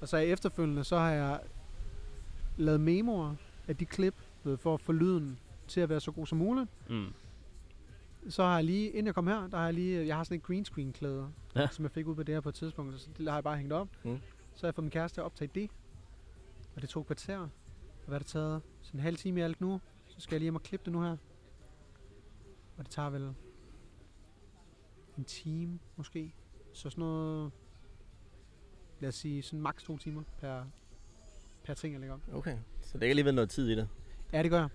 C: og så efterfølgende, så har jeg lavet memoer af de klip, du ved, for at få lyden til at være så god som muligt.
B: Mm.
C: Så har jeg lige, inden jeg kom her, der har jeg lige, jeg har sådan et green screen klæder,
B: Ja.
C: ja. som jeg fik ud på det her på et tidspunkt, så det har jeg bare hængt op.
A: Mm.
C: Så har jeg fået min kæreste til at optage det, og det tog et kvarter. Og hvad har det taget? Sådan en halv time i alt nu, så skal jeg lige hjem og klippe det nu her. Og det tager vel en time måske, så sådan noget, lad os sige, sådan maks to timer per, per ting, jeg lægger om.
A: Okay, så det er alligevel noget tid i det.
C: Ja, det gør jeg.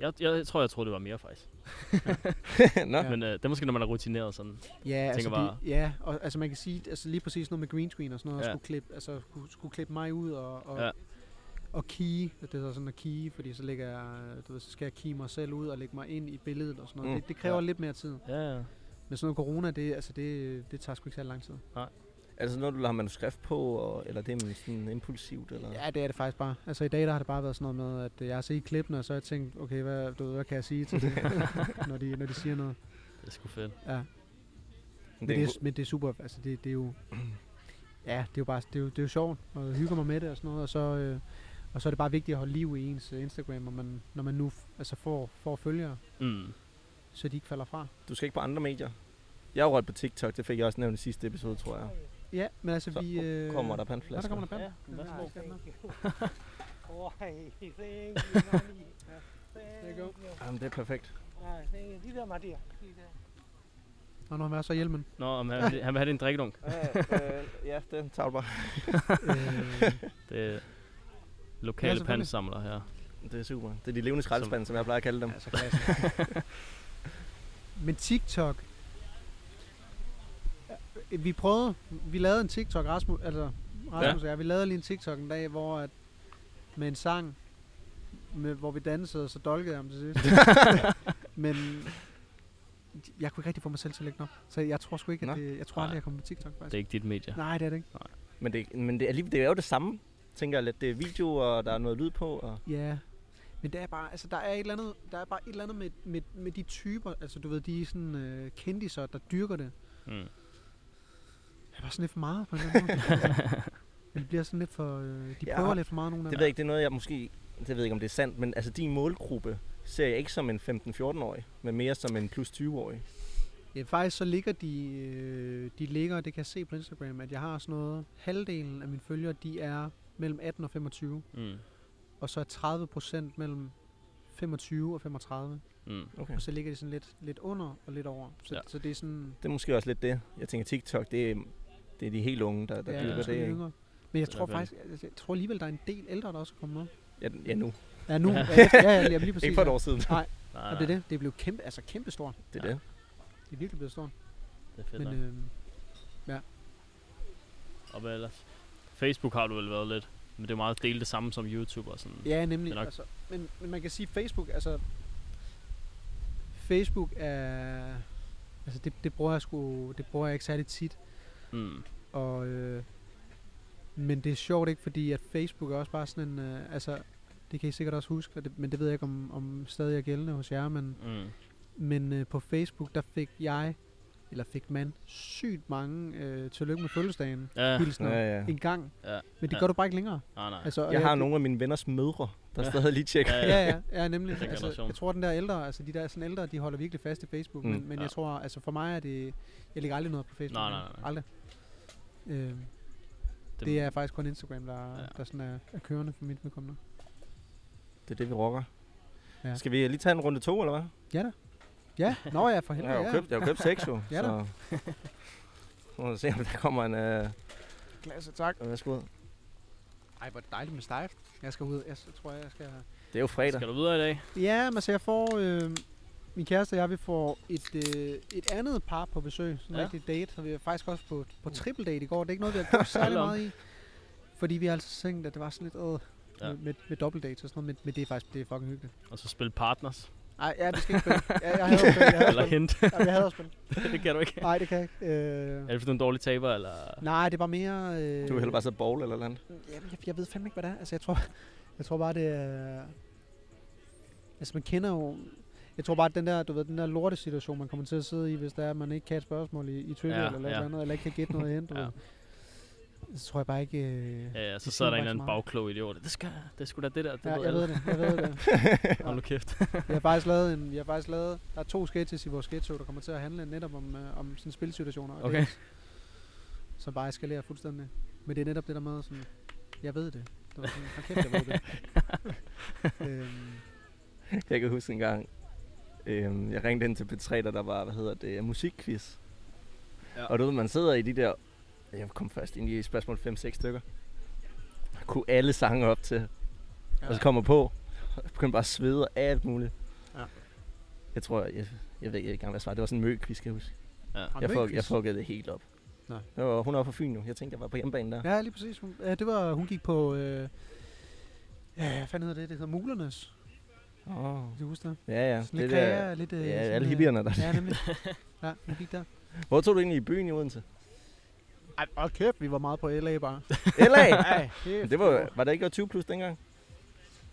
B: Jeg, jeg tror, jeg troede, det var mere faktisk.
A: Nå,
B: Ja. Men øh, det er måske, når man er rutineret sådan.
C: Ja, altså,
B: tænker
C: de, ja og, altså man kan sige, altså lige præcis noget med green screen og sådan noget, ja.
B: Ja.
C: skulle, klippe, altså, skulle, skulle klippe mig ud og, og, ja.
B: Ja.
C: og key, det er så sådan at key, fordi så, lægger jeg, du ved, så skal jeg key mig selv ud og lægge mig ind i billedet og sådan noget. Mm.
A: Mm.
C: Det, det, kræver ja.
B: Ja.
C: lidt mere tid.
B: Ja, ja.
C: Men sådan noget corona, det, altså det, det tager sgu ikke særlig lang tid.
A: er det sådan noget, du har manuskript på, og, eller det er sådan impulsivt? Eller?
C: Ja, det er det faktisk bare. Altså i dag, der har det bare været sådan noget med, at øh, jeg har set klippene, og så har jeg tænkt, okay, hvad, du ved, hvad kan jeg sige til det, når, de, når de siger noget.
B: Det er sgu fedt.
C: Ja.
A: Men
C: Men det,
A: en
C: er, men det er super, altså det, det er jo, ja, det er jo bare, det er jo, det er jo sjovt, og jeg hygger mig med det og sådan noget, og så, øh, og så er det bare vigtigt at holde liv i ens øh, Instagram, når man, når man nu f- altså får, får følgere,
B: Mm.
C: så de ikke falder fra.
A: god- Du skal ikke på andre medier? Jeg er jo rødt på TikTok, det fik jeg også nævnt i sidste episode, tror jeg.
C: Ja, men altså
A: Så
C: vi... Øh,
A: kommer der
C: Ja, der
A: pandflasker.
C: kommer der pande.
B: Ja, værsgo.
C: det er godt nok.
D: Why? Thank you, honey. Thank
C: go.
D: you.
A: Jamen, det er perfekt.
D: Ah, thank you. De der, Maria. De der.
C: Nå, når han var så hjelmen.
B: Nå, om han, han vil have det i en drikkedunk.
A: ja, det tager du bare.
C: øh,
B: Det er
C: Ja,
B: lokale
C: selvfølgelig.
B: ja, pandesamler her.
A: Det er super. Det er de levende skraldespande, som jeg plejer at kalde dem.
C: altså klasse. men TikTok... Ja, Vi prøvede, vi lavede en TikTok, Rasmus, altså Rasmus ja. og jeg, vi lavede lige en TikTok en dag, hvor at, med en sang, med, hvor vi dansede, og så dolkede jeg ham til sidst. Men jeg kunne ikke rigtig få mig selv til at lægge den op. Så jeg tror sgu ikke,
A: Nå.
C: at det, jeg tror
B: Nej.
C: aldrig, jeg kommer på TikTok faktisk.
B: Det er ikke dit medie.
C: Nej, det er det ikke.
A: Men, det, men det, er alligevel, det er jo det samme, tænker jeg lidt. Det er video, og der er noget lyd på. Og...
C: Ja, men der er bare, altså, der er et eller andet, der er bare et eller andet med, med, med de typer, altså du ved, de er sådan øh, kendiser, der dyrker det.
B: Mm.
C: Det er bare sådan lidt for meget på en eller anden måde. Men det bliver sådan lidt for... Øh, de
A: Ja.
C: prøver lidt for meget, nogle
A: Det
C: af
A: ved
C: dem.
A: jeg ikke, det er noget, jeg måske... Det ved jeg ikke, om det er sandt, men altså din målgruppe ser jeg ikke som en 15-14-årig, men mere som en plus 20-årig.
C: Ja, faktisk så ligger de... Øh, de ligger, det kan jeg se på Instagram, at jeg har sådan noget... Halvdelen af mine følgere, de er mellem 18 og 25.
B: Mm.
C: Og så er 30 procent mellem 25 og 35.
B: Mm.
A: Okay.
C: Og så ligger de sådan lidt, lidt under og lidt over. Så, ja.
B: Ja.
C: så det er sådan...
A: Det er måske også lidt det. Jeg tænker, TikTok, det er, det er de helt unge, der, der
C: ja,
A: ja,
B: bliver
A: dyrker
C: det
A: det. Ikke?
C: yngre. Men jeg
B: Det er i
C: tror
B: hvert fald-
C: faktisk, altså, jeg, jeg tror alligevel, der er en del ældre, der også er kommet med.
A: Ja, ja, nu.
C: Ja, nu. Ja, ja, ja, lige præcis.
A: Ikke for et
C: ja.
A: år siden.
B: Nej,
C: Og det er det. Det er blevet kæmpe, altså kæmpe stort.
A: Det er det.
C: Det er virkelig blevet stort.
B: Det er fedt
C: Men
B: men,
C: øh,
B: Og hvad ellers? Facebook har du vel været lidt, men det er jo meget at dele det samme som YouTube og sådan.
C: Ja, nemlig.
B: Det er nok-
C: Altså, men, men man kan sige, Facebook, altså... Facebook er... Altså, det, det bruger jeg sgu... Det bruger jeg ikke særlig tit.
B: Mm.
C: Og, øh, men det er sjovt ikke, fordi at Facebook er også bare sådan en... Øh, altså, det kan I sikkert også huske, og det, men det ved jeg ikke, om, om stadig er gældende hos jer, men,
B: Mm.
C: men øh, på Facebook, der fik jeg, eller fik man, sygt mange øh, tillykke med fødselsdagen.
B: Ja,
C: Ja. Hilsner.
A: Ja,
C: Ja,
A: ja.
C: En gang.
B: Ja,
C: Men det
B: ja.
C: gør du bare ikke længere.
B: nej, nej.
C: Altså, og
A: Jeg har nogle af mine venners mødre, der
B: Ja.
A: stadig lige tjekker.
B: Ja,
C: ja, ja, ja nemlig.
B: Det er
C: Altså,
B: generation.
C: jeg tror, den der ældre, altså de der sådan ældre, de holder virkelig fast i Facebook, mm,
A: Mm,
C: men, men ja.
B: ja.
C: jeg tror, altså for mig er det, jeg lægger aldrig noget op på Facebook.
B: Nej, nej,
C: længere.
B: nej.
C: Aldrig. Øhm, det, det er faktisk kun Instagram, der, ja.
B: Ja.
C: der sådan er, er kørende for mit vedkommende.
A: Det er det, vi rocker.
C: Ja.
A: Ja. Skal vi lige tage en runde to, eller hvad?
C: Ja da. Ja, nå ja,
A: Jeg
C: for helvede.
A: har jo
C: ja.
A: købt, jeg har jo købt seks, jo.
C: Ja da.
A: så... Nu må vi se, om der kommer en... Øh,
C: Klasse, tak.
A: værsgo.
C: Ej, hvor dejligt med stejft. Jeg skal ud, jeg s- tror, jeg skal...
A: Det er jo fredag.
B: Skal du videre i dag?
C: Ja, men altså jeg får, øh, min kæreste og jeg, vi får et, øh, et andet par på besøg, sådan en
B: Ja.
C: rigtig date, så vi er faktisk også på, på triple date i går, det er ikke noget, vi har købt særlig
B: Hold op.
C: meget i, fordi vi har altså tænkt, at det var sådan lidt ad ja.
B: Ja.
C: med, med, dobbelt date og sådan noget, men, men det er faktisk det er fucking hyggeligt.
B: Og så spille Partners?
C: Nej, ja, vi skal ikke spille. Jeg, jeg hader at spille. Jeg hader
B: eller
C: at spille.
B: Hint?
C: Jamen, jeg hader at spille.
B: det kan du ikke.
C: Nej, det kan jeg ikke. Øh,
B: Er det fordi, du er en dårlig taber, eller?
C: nej, det er bare mere... Øh,
A: Du vil hellere bare sidde og bowl eller noget andet.
C: Jamen, jeg, jeg ved fandme ikke, hvad det er. Altså, jeg tror, jeg tror bare, det er... Altså, man kender jo... Jeg tror bare, at den der, du ved, den der lorte situation, man kommer til at sidde i, hvis der er, at man ikke kan et spørgsmål i, i trivia ja,
B: Ja,
C: eller ja.
B: ja.
C: andet, eller ikke kan gætte noget hen, du
B: Ja.
C: ja. Så tror jeg bare ikke... Øh... Ja,
B: Ja, ja, så sidder
C: Det siger
B: der en eller
C: faktisk
B: anden
C: meget.
B: bagklog idiot. Det skal det er sgu da det der. Det
C: ja, jeg ved
B: alle.
C: det, jeg ved det.
B: Hold nu kæft.
C: Vi har faktisk lavet en, vi har faktisk lavet, der er to sketches i vores sketch der kommer til at handle netop om, øh, om sådan spilsituationer, og
B: Okay.
C: det, som bare eskalerer fuldstændig. Men det er netop det der med sådan, jeg ved det. Det var sådan, "Hold kæft, jeg ved det. øhm,
A: Jeg kan huske en gang, øhm, jeg ringte ind til P3, der, der var, hvad hedder det, musikquiz.
B: Ja.
A: Og du ved, man sidder i de der, jeg kom først ind i spørgsmål 5-6 stykker. Jeg kunne alle sange op til. Ja. Og så kommer på, og jeg begyndte bare at svede og alt muligt.
C: Ja.
A: Jeg tror, jeg, jeg ved ikke engang, hvad jeg svarede. Det var sådan en møg, vi skal huske.
C: Har
A: Jeg,
C: du
A: fuck,
C: ikke
A: jeg
C: quiz?
A: fuckede det helt op.
C: Nej.
A: Det var, hun er fra Fyn nu. Jeg tænkte, jeg var på hjemmebane der.
C: Ja, lige præcis. Hun, ja, det var, hun gik på... Øh, ja, hvad fanden hedder det? Det hedder Mulernes.
A: Oh.
C: Kan du huske det?
A: Ja, ja.
C: Sådan lidt
A: det der-
C: kræer, lidt... Øh,
A: Ja,
C: sådan,
A: alle
C: øh,
A: hippierne der.
C: Ja, nemlig. Ja, hun gik der.
A: Hvor tog du egentlig i byen i Odense?
C: Ej, hold kæft, vi var meget på LA bare.
A: LA!
C: Ej,
A: Men det var, var der ikke 20 plus dengang?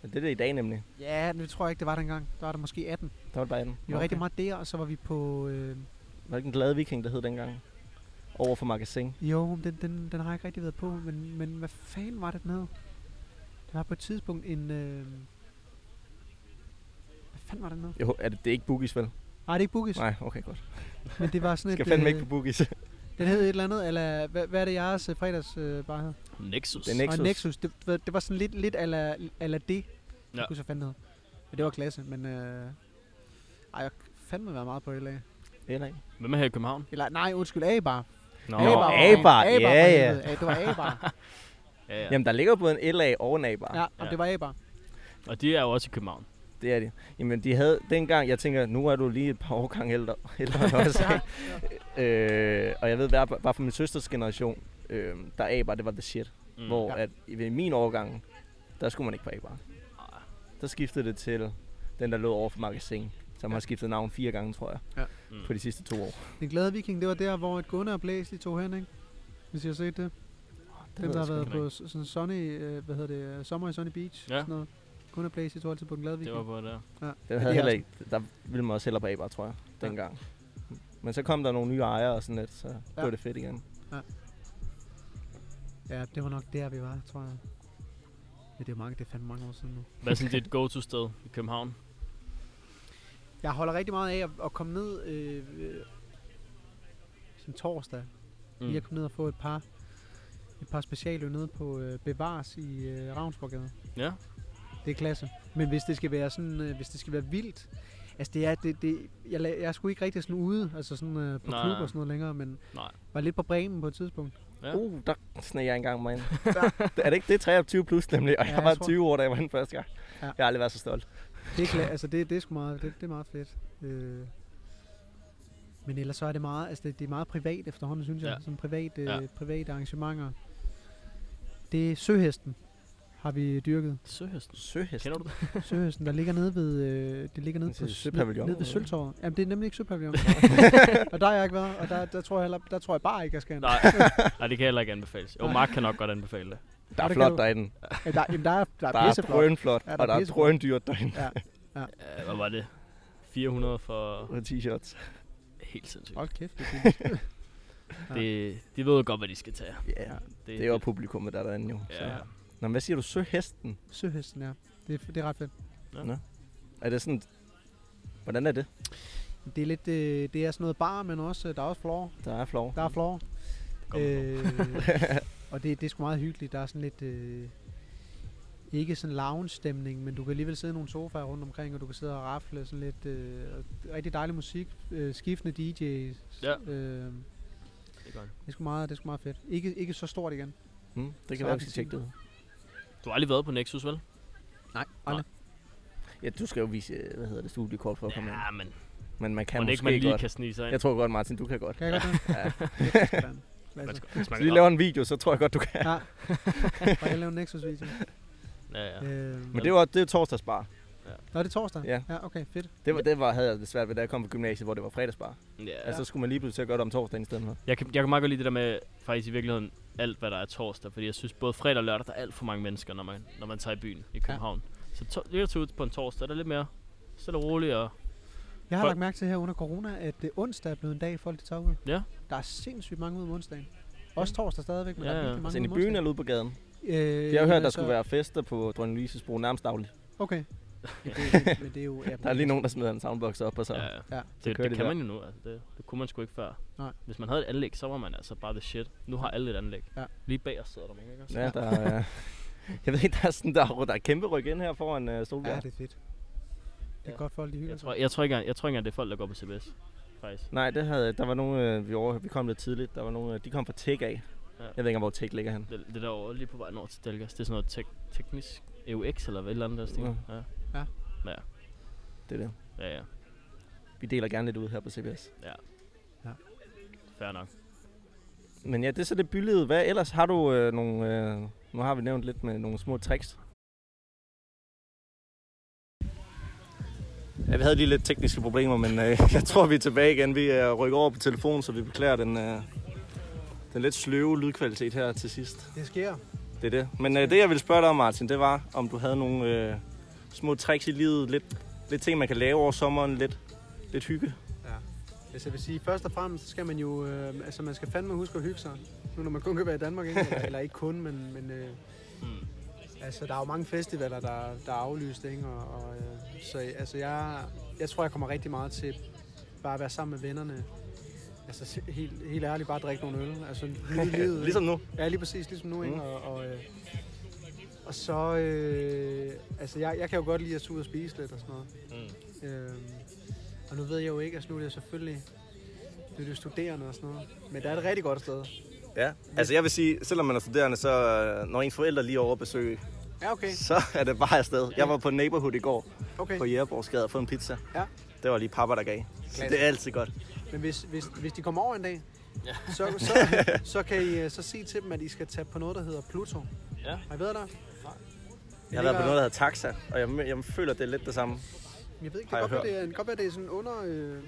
A: Ja, Det er det i dag nemlig.
C: Ja, nu tror jeg ikke, det var dengang. Der var der måske 18. Vi
A: Der var det bare 18.
C: var okay. rigtig meget der, og så var vi på... Øh,
A: Var det ikke en glad viking, der hed dengang? Over for magasin.
C: jo, men den, den, den har jeg ikke rigtig været på, men, men hvad fanden var det, den hed? Det var på et tidspunkt en... Øh, hvad fanden var det nu?
A: Jo, er det, det er ikke Boogies, vel?
C: Nej, det er ikke Bookies,
A: Nej, okay, godt.
C: men det var sådan
A: Skal
C: et...
A: fandme
C: øh,
A: ikke på Boogies. det
C: Den hed et eller andet, eller hvad, hvad er det jeres øh, fredags øh, bare hed?
B: Nexus.
A: er
C: Nexus.
A: Nexus.
C: Og Nexus, det, du ved, det var sådan lidt, lidt ala, ala det, ja.
B: Ja.
C: jeg kunne så fandme hedder. Men det var klasse, men øh, ej, jeg fandme været meget på LA.
A: LA.
B: Hvem er her i København?
C: Eller nej, undskyld, A-bar.
B: Nå,
A: A-bar.
C: for
A: A-bar.
C: fanden.
A: A-bar,
C: A-bar,
A: ja,
C: for
A: ja.
C: helvede. det var A-bar.
B: Ja, ja.
A: Jamen, der ligger både en LA og en A-bar.
C: ja, ja,
B: Ja.
C: det var A-bar.
B: Og de er jo også i København.
A: Det er det. Jamen, de havde dengang, jeg tænker, nu er du lige et par årgang ældre, ældre end os. øh, og jeg ved, bare, bare fra min søsters generation, øh, der A-bar, det var the shit. Mm. Hvor
C: Ja.
A: at i min årgang, der skulle man ikke på A-bar. Der skiftede det til den, der lå over for magasin, som
C: Ja.
A: har skiftet navn fire gange, tror jeg,
B: Mm.
A: på de sidste to år.
C: Den glade viking, det var der, hvor et gunne og blæs, de tog hen, ikke? Hvis I har set det. Dem,
A: ved
C: der
A: jeg
C: har
A: sgu
C: været
B: ikke.
C: på s- sådan sunny, øh, hvad hedder det, øh, sommer i Sunny Beach,
B: Ja.
C: sådan noget. Gunne og blæs, de tog altid på den glade
B: Det
C: viking.
B: var på der.
A: Den
C: Ja,
A: havde
C: det er
A: heller ikke, der ville man også hellere på A-bar, tror jeg,
C: Ja.
A: dengang. Men så kom der nogle nye ejere og sådan lidt, så
C: Ja.
A: blev det fedt igen.
C: Ja, det var nok der, vi var, tror jeg. Ja, det er mange, det er fandme mange år siden nu.
B: Hvad er sådan dit go-to-sted i København?
C: Jeg holder rigtig meget af at, at komme ned øh, øh, sådan torsdag. Mm. Lige at komme ned og få et par et par specialøl nede på øh, Bevars i øh, Ravnsborgade.
B: Ja.
C: Det er klasse. Men hvis det skal være sådan, øh, hvis det skal være vildt, altså det er, det, det, jeg, la- jeg er sgu ikke rigtig sådan ude, altså sådan øh, på
B: Nej,
C: klub
B: nej.
C: og sådan noget længere, men
B: Nej.
C: var lidt på Bremen på et tidspunkt.
B: Ja.
A: Uh, der sneg jeg engang mig ind. er det ikke det 23 plus nemlig? Og
C: Ja,
A: jeg
C: jeg
A: var
C: tror-
A: 20 år, da jeg var den første gang.
C: Ja.
A: Jeg har aldrig været så stolt.
C: Det er, kla- altså det, det er sgu meget, det, det er meget fedt. Øh, men ellers så er det meget, altså det, det er meget privat efterhånden, synes jeg.
B: Ja.
C: Ja. Sådan privat, øh,
B: Ja.
C: ja. private arrangementer. Det er Søhesten, har vi dyrket.
B: Søhesten.
A: Søhest.
B: Kender du det?
C: Søhesten, der ligger nede ved, øh, det ligger nede
A: Det er
C: på
A: Søpavillonen,
C: nede ved
A: eller
C: Søltorvet. Jamen det er nemlig ikke Søpavillon. og der har jeg ikke været, og der, der, tror jeg heller, der tror jeg bare ikke, jeg skal.
B: Nej. Nej, det kan heller ikke anbefales. Jo, Mark kan nok godt anbefale det.
A: Der
C: Og
A: er
C: det
A: flot
C: kan du-
A: derinde.
C: Ja, Der, jamen, der er, der er,
A: Der er
C: pisseflot.
A: drønflot,
C: Ja, der er
A: og der er
C: pisseflot.
A: drøndyrt derinde.
B: Øh, Hvad var det? 400 for
A: Og t-shirts.
B: helt sindssygt.
C: Hold kæft, det er fint.
B: Det, de ved jo godt, hvad de skal tage.
A: Ja, det er jo publikummet, der er derinde jo. Så.
B: Ja.
A: Nå, men hvad siger du? Søhesten?
C: Søhesten, ja. Det, er- det er ret fedt.
A: Er det sådan... Hvordan er det?
C: Det er lidt, øh, det er sådan noget bar, men også, øh, der er også floor.
A: Der er flov.
C: Der er floor.
B: Kom nu.
C: Øh, og det, det er sgu meget hyggeligt. Der er sådan lidt... Øh, ikke sådan lounge-stemning, men du kan alligevel sidde i nogle sofaer rundt omkring, og du kan sidde og rafle sådan lidt... Øh, og rigtig dejlig musik. Øh, skiftende DJ's.
B: Ja.
C: Øh,
B: Det er godt.
C: det er sgu meget, det er sgu meget fedt. Ikke, ikke så stort igen.
A: Hmm, det
C: Så
A: kan
C: er
A: være, vi
C: det
A: skal tjekke det ud.
B: Du har aldrig været på Nexus, vel?
C: Nej,
A: Ja, du skal jo vise, øh, hvad hedder det, studiekort for at komme ind.
B: Ja, men
A: Men man kan
B: man ikke
A: måske
B: man lige
A: godt.
B: kan snige sig ind.
A: Jeg tror godt, Martin, du kan godt.
C: Kan jeg godt det?
A: Ja.
C: Sådan.
B: Man
C: Klasse.
B: skal- hvis man
A: Hvis vi laver en video, så tror jeg godt, du kan.
C: Ja. Bare jeg lave en Nexus-video.
B: Ja, ja.
C: Øh,
A: Men det var, det var torsdagsbar.
C: Nå, det er torsdag?
A: Ja.
C: ja okay, fedt.
A: Det, var, det var, havde jeg det svært ved, da jeg kom på gymnasiet, hvor det var fredagsbar.
B: ja.
A: Altså, så skulle man lige pludselig til at gøre det om torsdagen i stedet for.
B: Jeg kan, jeg kan meget godt lide det der med faktisk i virkeligheden alt, hvad der er torsdag. Fordi jeg synes, både fredag og lørdag, der er alt for mange mennesker, når man, når man tager i byen i København. Så to, lige at tage ud på en torsdag, der er lidt mere stille og roligt. Og,
C: Jeg har
B: Folk-
C: lagt mærke til her under corona, at øh, onsdag er blevet en dag, folk de tager ud.
B: Ja.
C: Der er sindssygt mange ude om onsdagen. Også torsdag stadigvæk, men ja,
B: Ja,
C: der er
B: ja.
C: virkelig mange
A: Altså, ind i
C: ude om
A: byen
C: onsdagen.
A: eller ude på gaden?
C: Øh,
A: Jeg har hørt, der
C: altså,
A: skulle være fester på Dronning Lises bro nærmest dagligt.
C: Okay. Men det, er- men det er jo... Ja,
A: Der er lige nogen, der smider en soundbox op, og så...
B: ja,
A: Ja.
B: ja.
C: Ja,
A: så
B: det,
A: kører
B: det,
A: de
B: kan
A: der.
B: man jo nu. Altså, det, det kunne man sgu ikke før.
C: Nej.
B: Hvis man havde et anlæg, så var man altså bare the shit. Nu har alle et anlæg.
C: Ja.
B: Lige bag os sidder der mange, ikke? også?
A: ja der er... Jeg ved ikke, der er sådan, der er, der er kæmpe ryg ind her foran uh, Solbjerg.
C: Ja, det er fedt. Det er
A: Ja.
C: godt folk, de hygger
B: Jeg
C: sig.
B: tror, jeg, tror ikke, engang- jeg tror ikke, engang, det er folk, der går på CBS. Faktisk.
A: Nej, det havde, der var nogle, øh, vi, over, vi kom lidt tidligt, der var nogle, øh, de kom fra Tech af,
B: Ja.
A: Jeg ved ikke, hvor Take ligger han.
B: Det, det der over lige på vejen over til Dalgas, det er sådan noget tek- teknisk EUX eller hvad et eller andet der stil.
A: Ja.
B: Ja.
A: Det er det.
B: ja, ja,
A: Vi deler gerne lidt ud her på CBS.
B: fair nok.
A: Men ja, det er så det bylede. Hvad ellers har du øh, nogle... Øh, nu har vi nævnt lidt med nogle små tricks. Ja, vi havde lige lidt tekniske problemer, men øh, jeg tror, vi er tilbage igen. Vi øh, rykker over på telefonen, så vi beklager den, øh, den lidt sløve lydkvalitet her til sidst.
C: Det sker.
A: Det er det. Men øh, det, jeg ville spørge dig om, Martin, det var, om du havde nogle øh, små tricks i livet. Lidt, lidt ting, man kan lave over sommeren. Lidt, lidt hygge.
C: Altså jeg vil sige, først og fremmest skal man jo, øh, altså man skal fandme huske at hygge sig. Nu når man kun kan være i Danmark, ikke? Eller, eller ikke kun, men, men øh,
B: Mm.
C: altså der er jo mange festivaler, der, der er aflyst, ikke? Og, og øh, så altså jeg, jeg tror, jeg kommer rigtig meget til bare at være sammen med vennerne. Altså se- helt, helt ærligt, bare drikke nogle øl. Altså nyde livet. ikke?
A: ligesom nu.
C: Ja, lige præcis, ligesom nu, ikke?
A: Mm.
C: Og, og, øh, og så, øh, altså jeg, jeg kan jo godt lide at tage ud og spise lidt og sådan noget.
B: Mm.
C: Øhm, og nu ved jeg jo ikke, altså nu er det selvfølgelig, nu er det jo studerende og sådan noget. Men der er et rigtig godt sted.
A: Ja, altså jeg vil sige, selvom man er studerende, så øh, når ens forældre lige er over at besøge,
C: Ja, okay.
A: så er det bare afsted. Jeg var på Neighborhood i går
C: okay.
A: på Jægerborgsgade og få en pizza.
C: Ja.
A: Det var lige pappa, der gav. Så det er altid godt.
C: Men hvis, hvis, hvis de kommer over en dag, ja. så, så, så, kan I øh, så sige til dem, at I skal tage på noget, der hedder Pluto.
B: Ja.
C: Har I været der? Nej.
A: Jeg har været på noget, der hedder Taxa, og jeg, jeg føler, det er lidt det samme.
C: Jeg ved ikke,
A: har jeg
C: det kan godt være,
A: hørt.
C: det er, det kan godt være, det er sådan under, øh,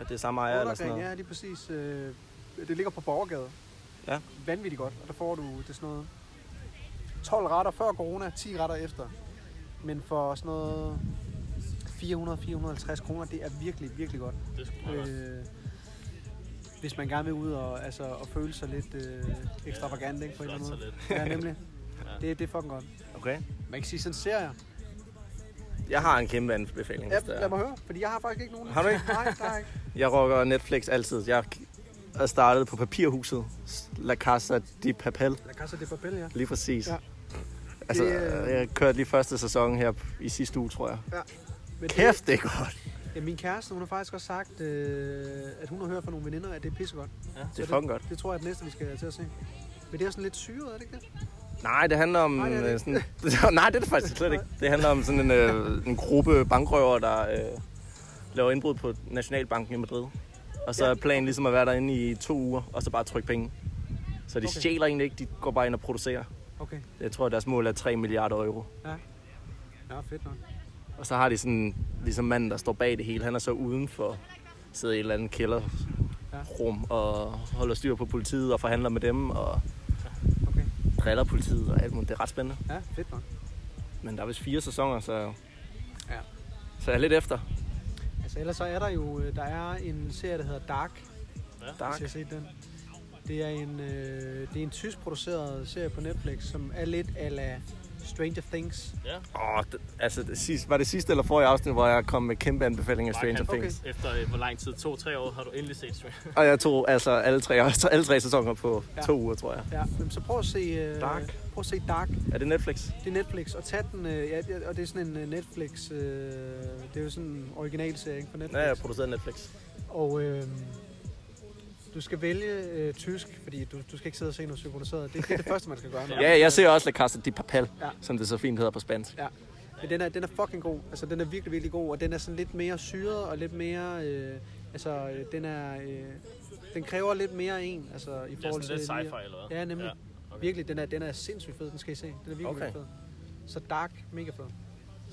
A: At det er samme ejer eller sådan
C: undergang.
A: noget.
C: Ja, lige præcis. Øh, det ligger på Borgergade.
A: Ja.
C: Vanvittigt godt, og der får du det er sådan noget 12 retter før corona, 10 retter efter. Men for sådan noget 400-450 kroner, det er virkelig, virkelig godt.
B: Det er sgu meget godt.
C: Øh, hvis man gerne vil ud og, altså, og føle sig lidt øh, ekstravagant, ikke, på en
B: Flot
C: eller
B: så
C: anden måde.
B: lidt.
C: Ja, nemlig.
B: Ja.
C: Det, det er fucking godt.
A: Okay.
C: Man kan sige sådan en serie.
A: Jeg har en kæmpe anbefaling.
C: Ja,
A: hvis det er.
C: lad mig høre, fordi jeg har faktisk ikke nogen.
A: Har du ikke?
C: Nej, der er ikke.
A: Jeg rocker Netflix altid. Jeg er startet på papirhuset. La Casa de Papel.
C: Der kan så det papel, ja.
A: Lige præcis.
C: Ja.
A: Altså,
C: Det, øh,
A: jeg kørte lige første sæson her i sidste uge, tror jeg.
C: Men det-
A: Kæft, det er godt.
C: Ja, min kæreste, hun har faktisk også sagt, øh, at hun har hørt fra nogle veninder, at det er pissegodt.
A: Det er fucking godt.
C: Det tror jeg er det næste, vi skal til at se. Men det er sådan lidt syret, er det ikke det?
A: Nej, det handler om...
C: Nej,
A: Nej,
C: det er det
A: det, sådan, nej, det er det faktisk slet ikke. Det handler om sådan en, øh, en gruppe bankrøver, der øh, laver indbrud på Nationalbanken i Madrid. Og så er planen ligesom at være derinde i to uger, og så bare trykke penge. Så de
C: Okay.
A: okay. stjæler egentlig ikke, de går bare ind og producerer.
C: Okay.
A: Jeg tror, deres mål er 3 milliarder euro.
C: Ja, fedt nok.
A: Og så har de sådan, ligesom manden, der står bag det hele, han er så udenfor, sidder i et eller andet kælderrum og holder styr på politiet og forhandler med dem og
C: Okay.
A: driller politiet og alt muligt. Det er ret spændende.
C: Ja, fedt nok.
A: Men der er vist fire sæsoner, så...
C: Ja.
A: Så jeg er lidt efter.
C: Altså ellers så er der jo, øh, der er en serie, der hedder Dark. Dark. Hvis
A: Dark.
C: I har set den. Det er en, øh, det er en tysk produceret serie på Netflix, som er lidt ala Stranger Things.
A: Åh, det, altså, det sidste, var det sidste eller forrige afsnit, hvor jeg kom med kæmpe anbefalinger af Stranger
B: Mark, han-
A: Things?
B: Efter øh, hvor lang tid? To-tre år har du endelig set Stranger
A: Og jeg tog altså alle tre, alle tre sæsoner på
C: Ja.
A: ja. to uger, tror jeg.
C: Ja, men så prøv at se, øh,
A: Dark.
C: Prøv at se Dark.
A: Er det Netflix?
C: Det er Netflix, og tag den, øh, ja, ja, og det er sådan en øh, Netflix, øh, det er jo sådan en originalserie ikke, på Netflix.
A: Ja, jeg har produceret Netflix.
C: Og øh, du skal vælge øh, tysk, fordi du, du skal ikke sidde og se noget synkroniseret. Det, det er det første, man skal gøre. når-
A: Ja, jeg ser også La Casa de Papel,
C: Ja.
A: ja. som det så fint hedder på spansk.
C: Men den er, den er fucking god. Altså, den er virkelig, virkelig god, og den er sådan lidt mere syret og lidt mere... Øh, altså, øh, den er... Øh, den kræver lidt mere af en, altså i
B: Det er
C: forhold
B: sådan
C: til...
B: lidt
C: lige-
B: sci-fi eller hvad?
C: Ja, nemlig.
B: Ja,
C: Okay.
B: okay.
C: Virkelig, den er, den er sindssygt fed. Den skal I se. Den er virkelig,
A: Okay.
C: okay. fed. Så Dark, mega fed.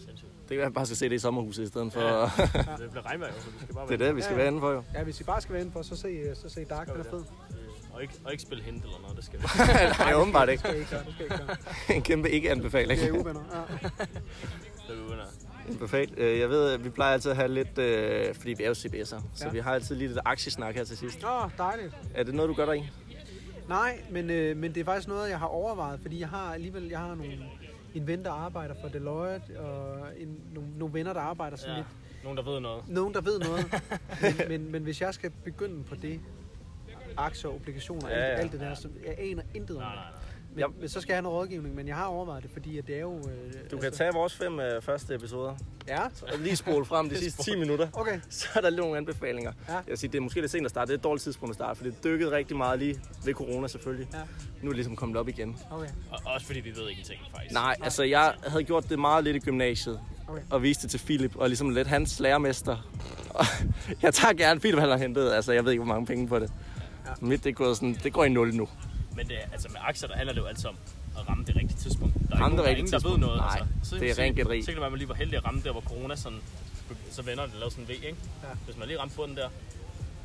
B: Sindssygt.
A: Det kan være, jeg bare skal se det i sommerhuset i stedet for...
B: Ja.
A: Ja.
B: Det bliver regnvejr, så vi skal bare
A: det er det, vi skal
C: Ja, ja.
A: være inde for, jo.
C: Ja, hvis I bare skal være inde for, så se, øh, så se Dark.
B: Skal
C: Den er
B: vi
C: fed.
B: Øh, Og ikke, og ikke spille hente eller noget, det skal vi.
A: Nej, åbenbart
C: Det
A: ikke.
C: skal I ikke gøre. Det skal I ikke gøre.
A: En kæmpe ikke-anbefaling.
C: Det er uvenner. Ja.
B: Det er under.
A: Perfekt. Øh, Jeg ved, at vi plejer altid at have lidt... Øh, fordi vi er jo CBS'er, så
C: Ja.
A: vi har altid lige lidt aktiesnak her til sidst.
C: Nå, dejligt.
A: Er det noget, du gør dig i?
C: Nej, men, øh, men det er faktisk noget, jeg har overvejet, fordi jeg har alligevel jeg har nogle, en ven, der arbejder for Deloitte, og en, nogle, nogle venner, der arbejder sådan ja.
B: Ja.
C: lidt.
B: Nogen, der ved noget.
C: Nogen, der ved noget. men, men, men hvis jeg skal begynde på det, aktier, obligationer, ja,
A: Ja,
C: ja.
A: ja.
C: Alt, alt det der, så jeg aner intet om
B: Nej,
C: det.
B: nej, nej.
C: Men,
A: Jeg-
C: men så skal jeg have noget rådgivning, men jeg har overvejet det, fordi at det er jo... Øh,
A: Du kan tage vores fem øh, første episoder,
C: Ja,
A: og lige spole frem de sidste 10 minutter.
C: okay.
A: Så er der lidt nogle anbefalinger.
C: Ja.
A: Ja. Jeg vil sige, det er måske lidt sent at starte. Det er et dårligt tidspunkt at starte, for det dykkede rigtig meget lige ved corona selvfølgelig.
C: Ja.
A: Ja. Nu er det ligesom kommet op igen.
C: okay.
B: Og, også fordi vi ved ingenting, faktisk.
A: Nej, altså jeg havde gjort det meget lidt i gymnasiet,
C: Okay.
A: okay. og viste det til Philip, og ligesom lidt hans lærermester. Og jeg tager gerne Philip, han har hentet, altså jeg ved ikke, hvor mange penge på det. Ja. Mit, det går, sådan, det går i nul nu.
B: Men det, er- altså med aktier, der handler det jo altid om at ramme det rigtige tidspunkt. Der er
A: Ramme det
B: ikke nogen- der, er
A: rigtige
B: ingen, der ved
A: tidspunkt.
B: noget. altså.
A: Nej,
B: så,
A: det er
B: så-
A: rent gætteri.
B: Så kan det være, at man lige var heldig at ramme der, hvor corona sådan, så vender det og laver sådan en V, ikke?
C: Ja.
B: Ja. Hvis man lige ramte bunden der,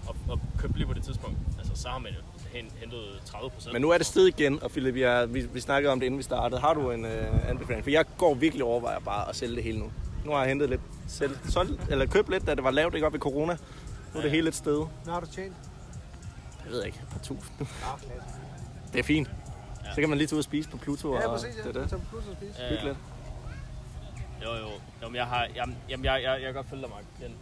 B: og, og købte lige på det tidspunkt, altså så har man jo hen- hentet 30 procent.
A: Men nu er det sted igen, og Philip, jeg, vi, vi snakkede om det, inden vi startede. Har du en øh, anbefaling? For jeg går virkelig og overvejer bare at sælge det hele nu. Nu har jeg hentet lidt, selv, solgt, eller købt lidt, da det var lavt, ikke op i corona. Nu er det hele et sted.
C: Nu har du tjent.
A: Jeg ved ikke, et par tusind.
C: Ja, klasse.
A: Det er fint. Så kan man lige tage ud og spise på Pluto
C: Ja,
A: og
C: præcis. Ja.
A: det er det.
C: Som plus og spise.
B: Ja,
A: Hygge
B: ja.
A: lidt.
B: Jo, jo. Jamen, jeg har, jamen, jamen jeg, jeg, jeg kan godt følge dig, Mark. Den,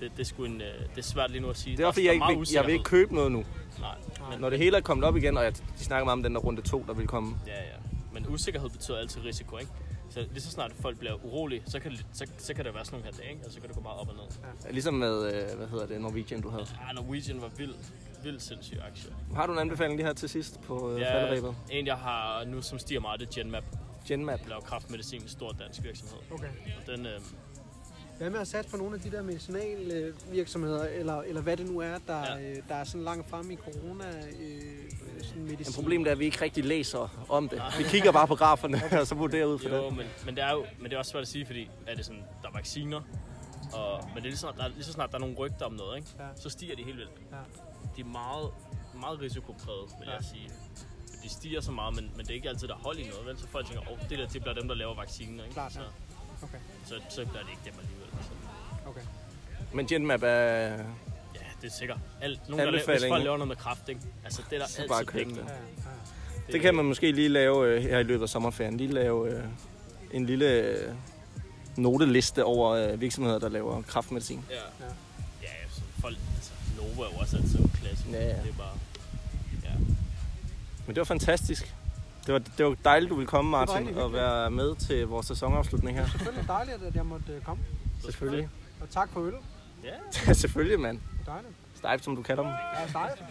B: det, det, er sgu en, øh, det er svært lige nu at sige.
A: Det er også,
B: Der
A: fordi jeg ikke
B: meget
A: vil, jeg vil ikke
B: usikkerhed.
A: købe noget nu.
B: Nej, men,
A: Når det hele er kommet op igen, og jeg, de snakker meget om den der runde 2, der vil komme.
B: Ja, ja. Men usikkerhed betyder altid risiko, ikke? Så lige så snart folk bliver urolige, så kan, det, så, så kan der være sådan nogle her dage, ikke? Og så kan det gå meget op og ned.
A: Ligesom med, øh, hvad hedder det, Norwegian, du havde.
B: Ah, Norwegian var vild, vild sindssyg aktie.
A: Har du en anbefaling lige her til sidst på øh, falderæbet?
B: en jeg har nu, som stiger meget, det er Genmap.
A: Genmap.
B: De laver kraftmedicin, en stor dansk virksomhed.
C: Okay.
B: Og den, øh,
C: Hvad med at satse på nogle af de der medicinalvirksomheder, eller, eller hvad det nu er, der,
B: Ja.
C: ja. der er sådan langt frem i corona, øh, sådan medicin?
A: Men problemet er, at vi ikke rigtig læser om det. Vi kigger bare på graferne, og så vurderer ud fra
B: jo,
A: det.
B: men, men, det er jo, men det er også svært at sige, fordi er det sådan, der er vacciner, og, men det er lige så, snart, der, er- lige så snart der er nogle rygter om noget, ikke?
C: Ja.
B: så stiger de helt vildt.
C: Ja.
B: De er meget, meget risikopræget, vil
C: Ja.
B: jeg sige. De stiger så meget, men, men det er ikke altid, der er hold i noget, vel? Så folk tænker, åh, det der, det bliver dem, der laver vacciner, ikke?
C: Klart, ja.
B: så,
C: Okay,
B: så, så bliver det ikke dem alligevel. Altså, Så,
C: okay.
A: Men Genmap er...
B: ja, det er sikkert. Alt, nogen, der laver, hvis
A: Anbefaling.
B: folk laver noget med kraft, ikke? Altså, det er der
A: Så bare
B: altid
A: køb
B: penge.
A: det.
C: Ja, ja.
A: Det kan man måske lige lave øh, her i løbet af sommerferien. Lige lave øh, en lille øh, noteliste over øh, virksomheder, der laver kraftmedicin.
B: Ja.
C: Ja.
B: Ja, ja så folk, altså, Nova er jo også altid en klasse.
A: Ja, ja.
B: Det er bare... Ja.
A: Men det var fantastisk. Det var, det var dejligt, du ville komme,
C: var
A: Martin,
C: rigtig
A: og
C: hyggeligt.
A: være med til vores sæsonafslutning her.
C: Selvfølgelig dejligt, at jeg måtte øh, komme.
A: Selvfølgelig.
C: Og tak for øl.
B: Ja,
A: Selvfølgelig, mand.
C: Dejligt.
A: Stejp, som du kalder dem.
C: Ja, dejligt.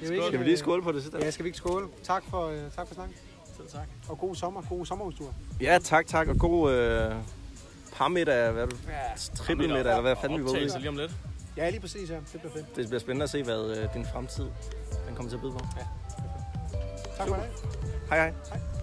C: Det er jo ikke,
A: Skal vi lige skåle på det?
C: øh, Ja,
A: sidste?
C: skal vi ikke skåle? Tak for, øh, tak for snakken.
B: selv tak.
C: Og god sommer, god sommerhustur.
A: Ja, tak, tak. Og god øh, parmiddag, hvad er du?
C: Ja.
A: Trippelmiddag, eller hvad fanden vi var ude i.
B: Optagelse lige om lidt.
C: ja, lige præcis, ja. Det bliver fedt.
A: Det bliver spændende at se, hvad øh, din fremtid den kommer til at byde på.
C: Tak for i dag.
A: Hej hej.
C: Hej.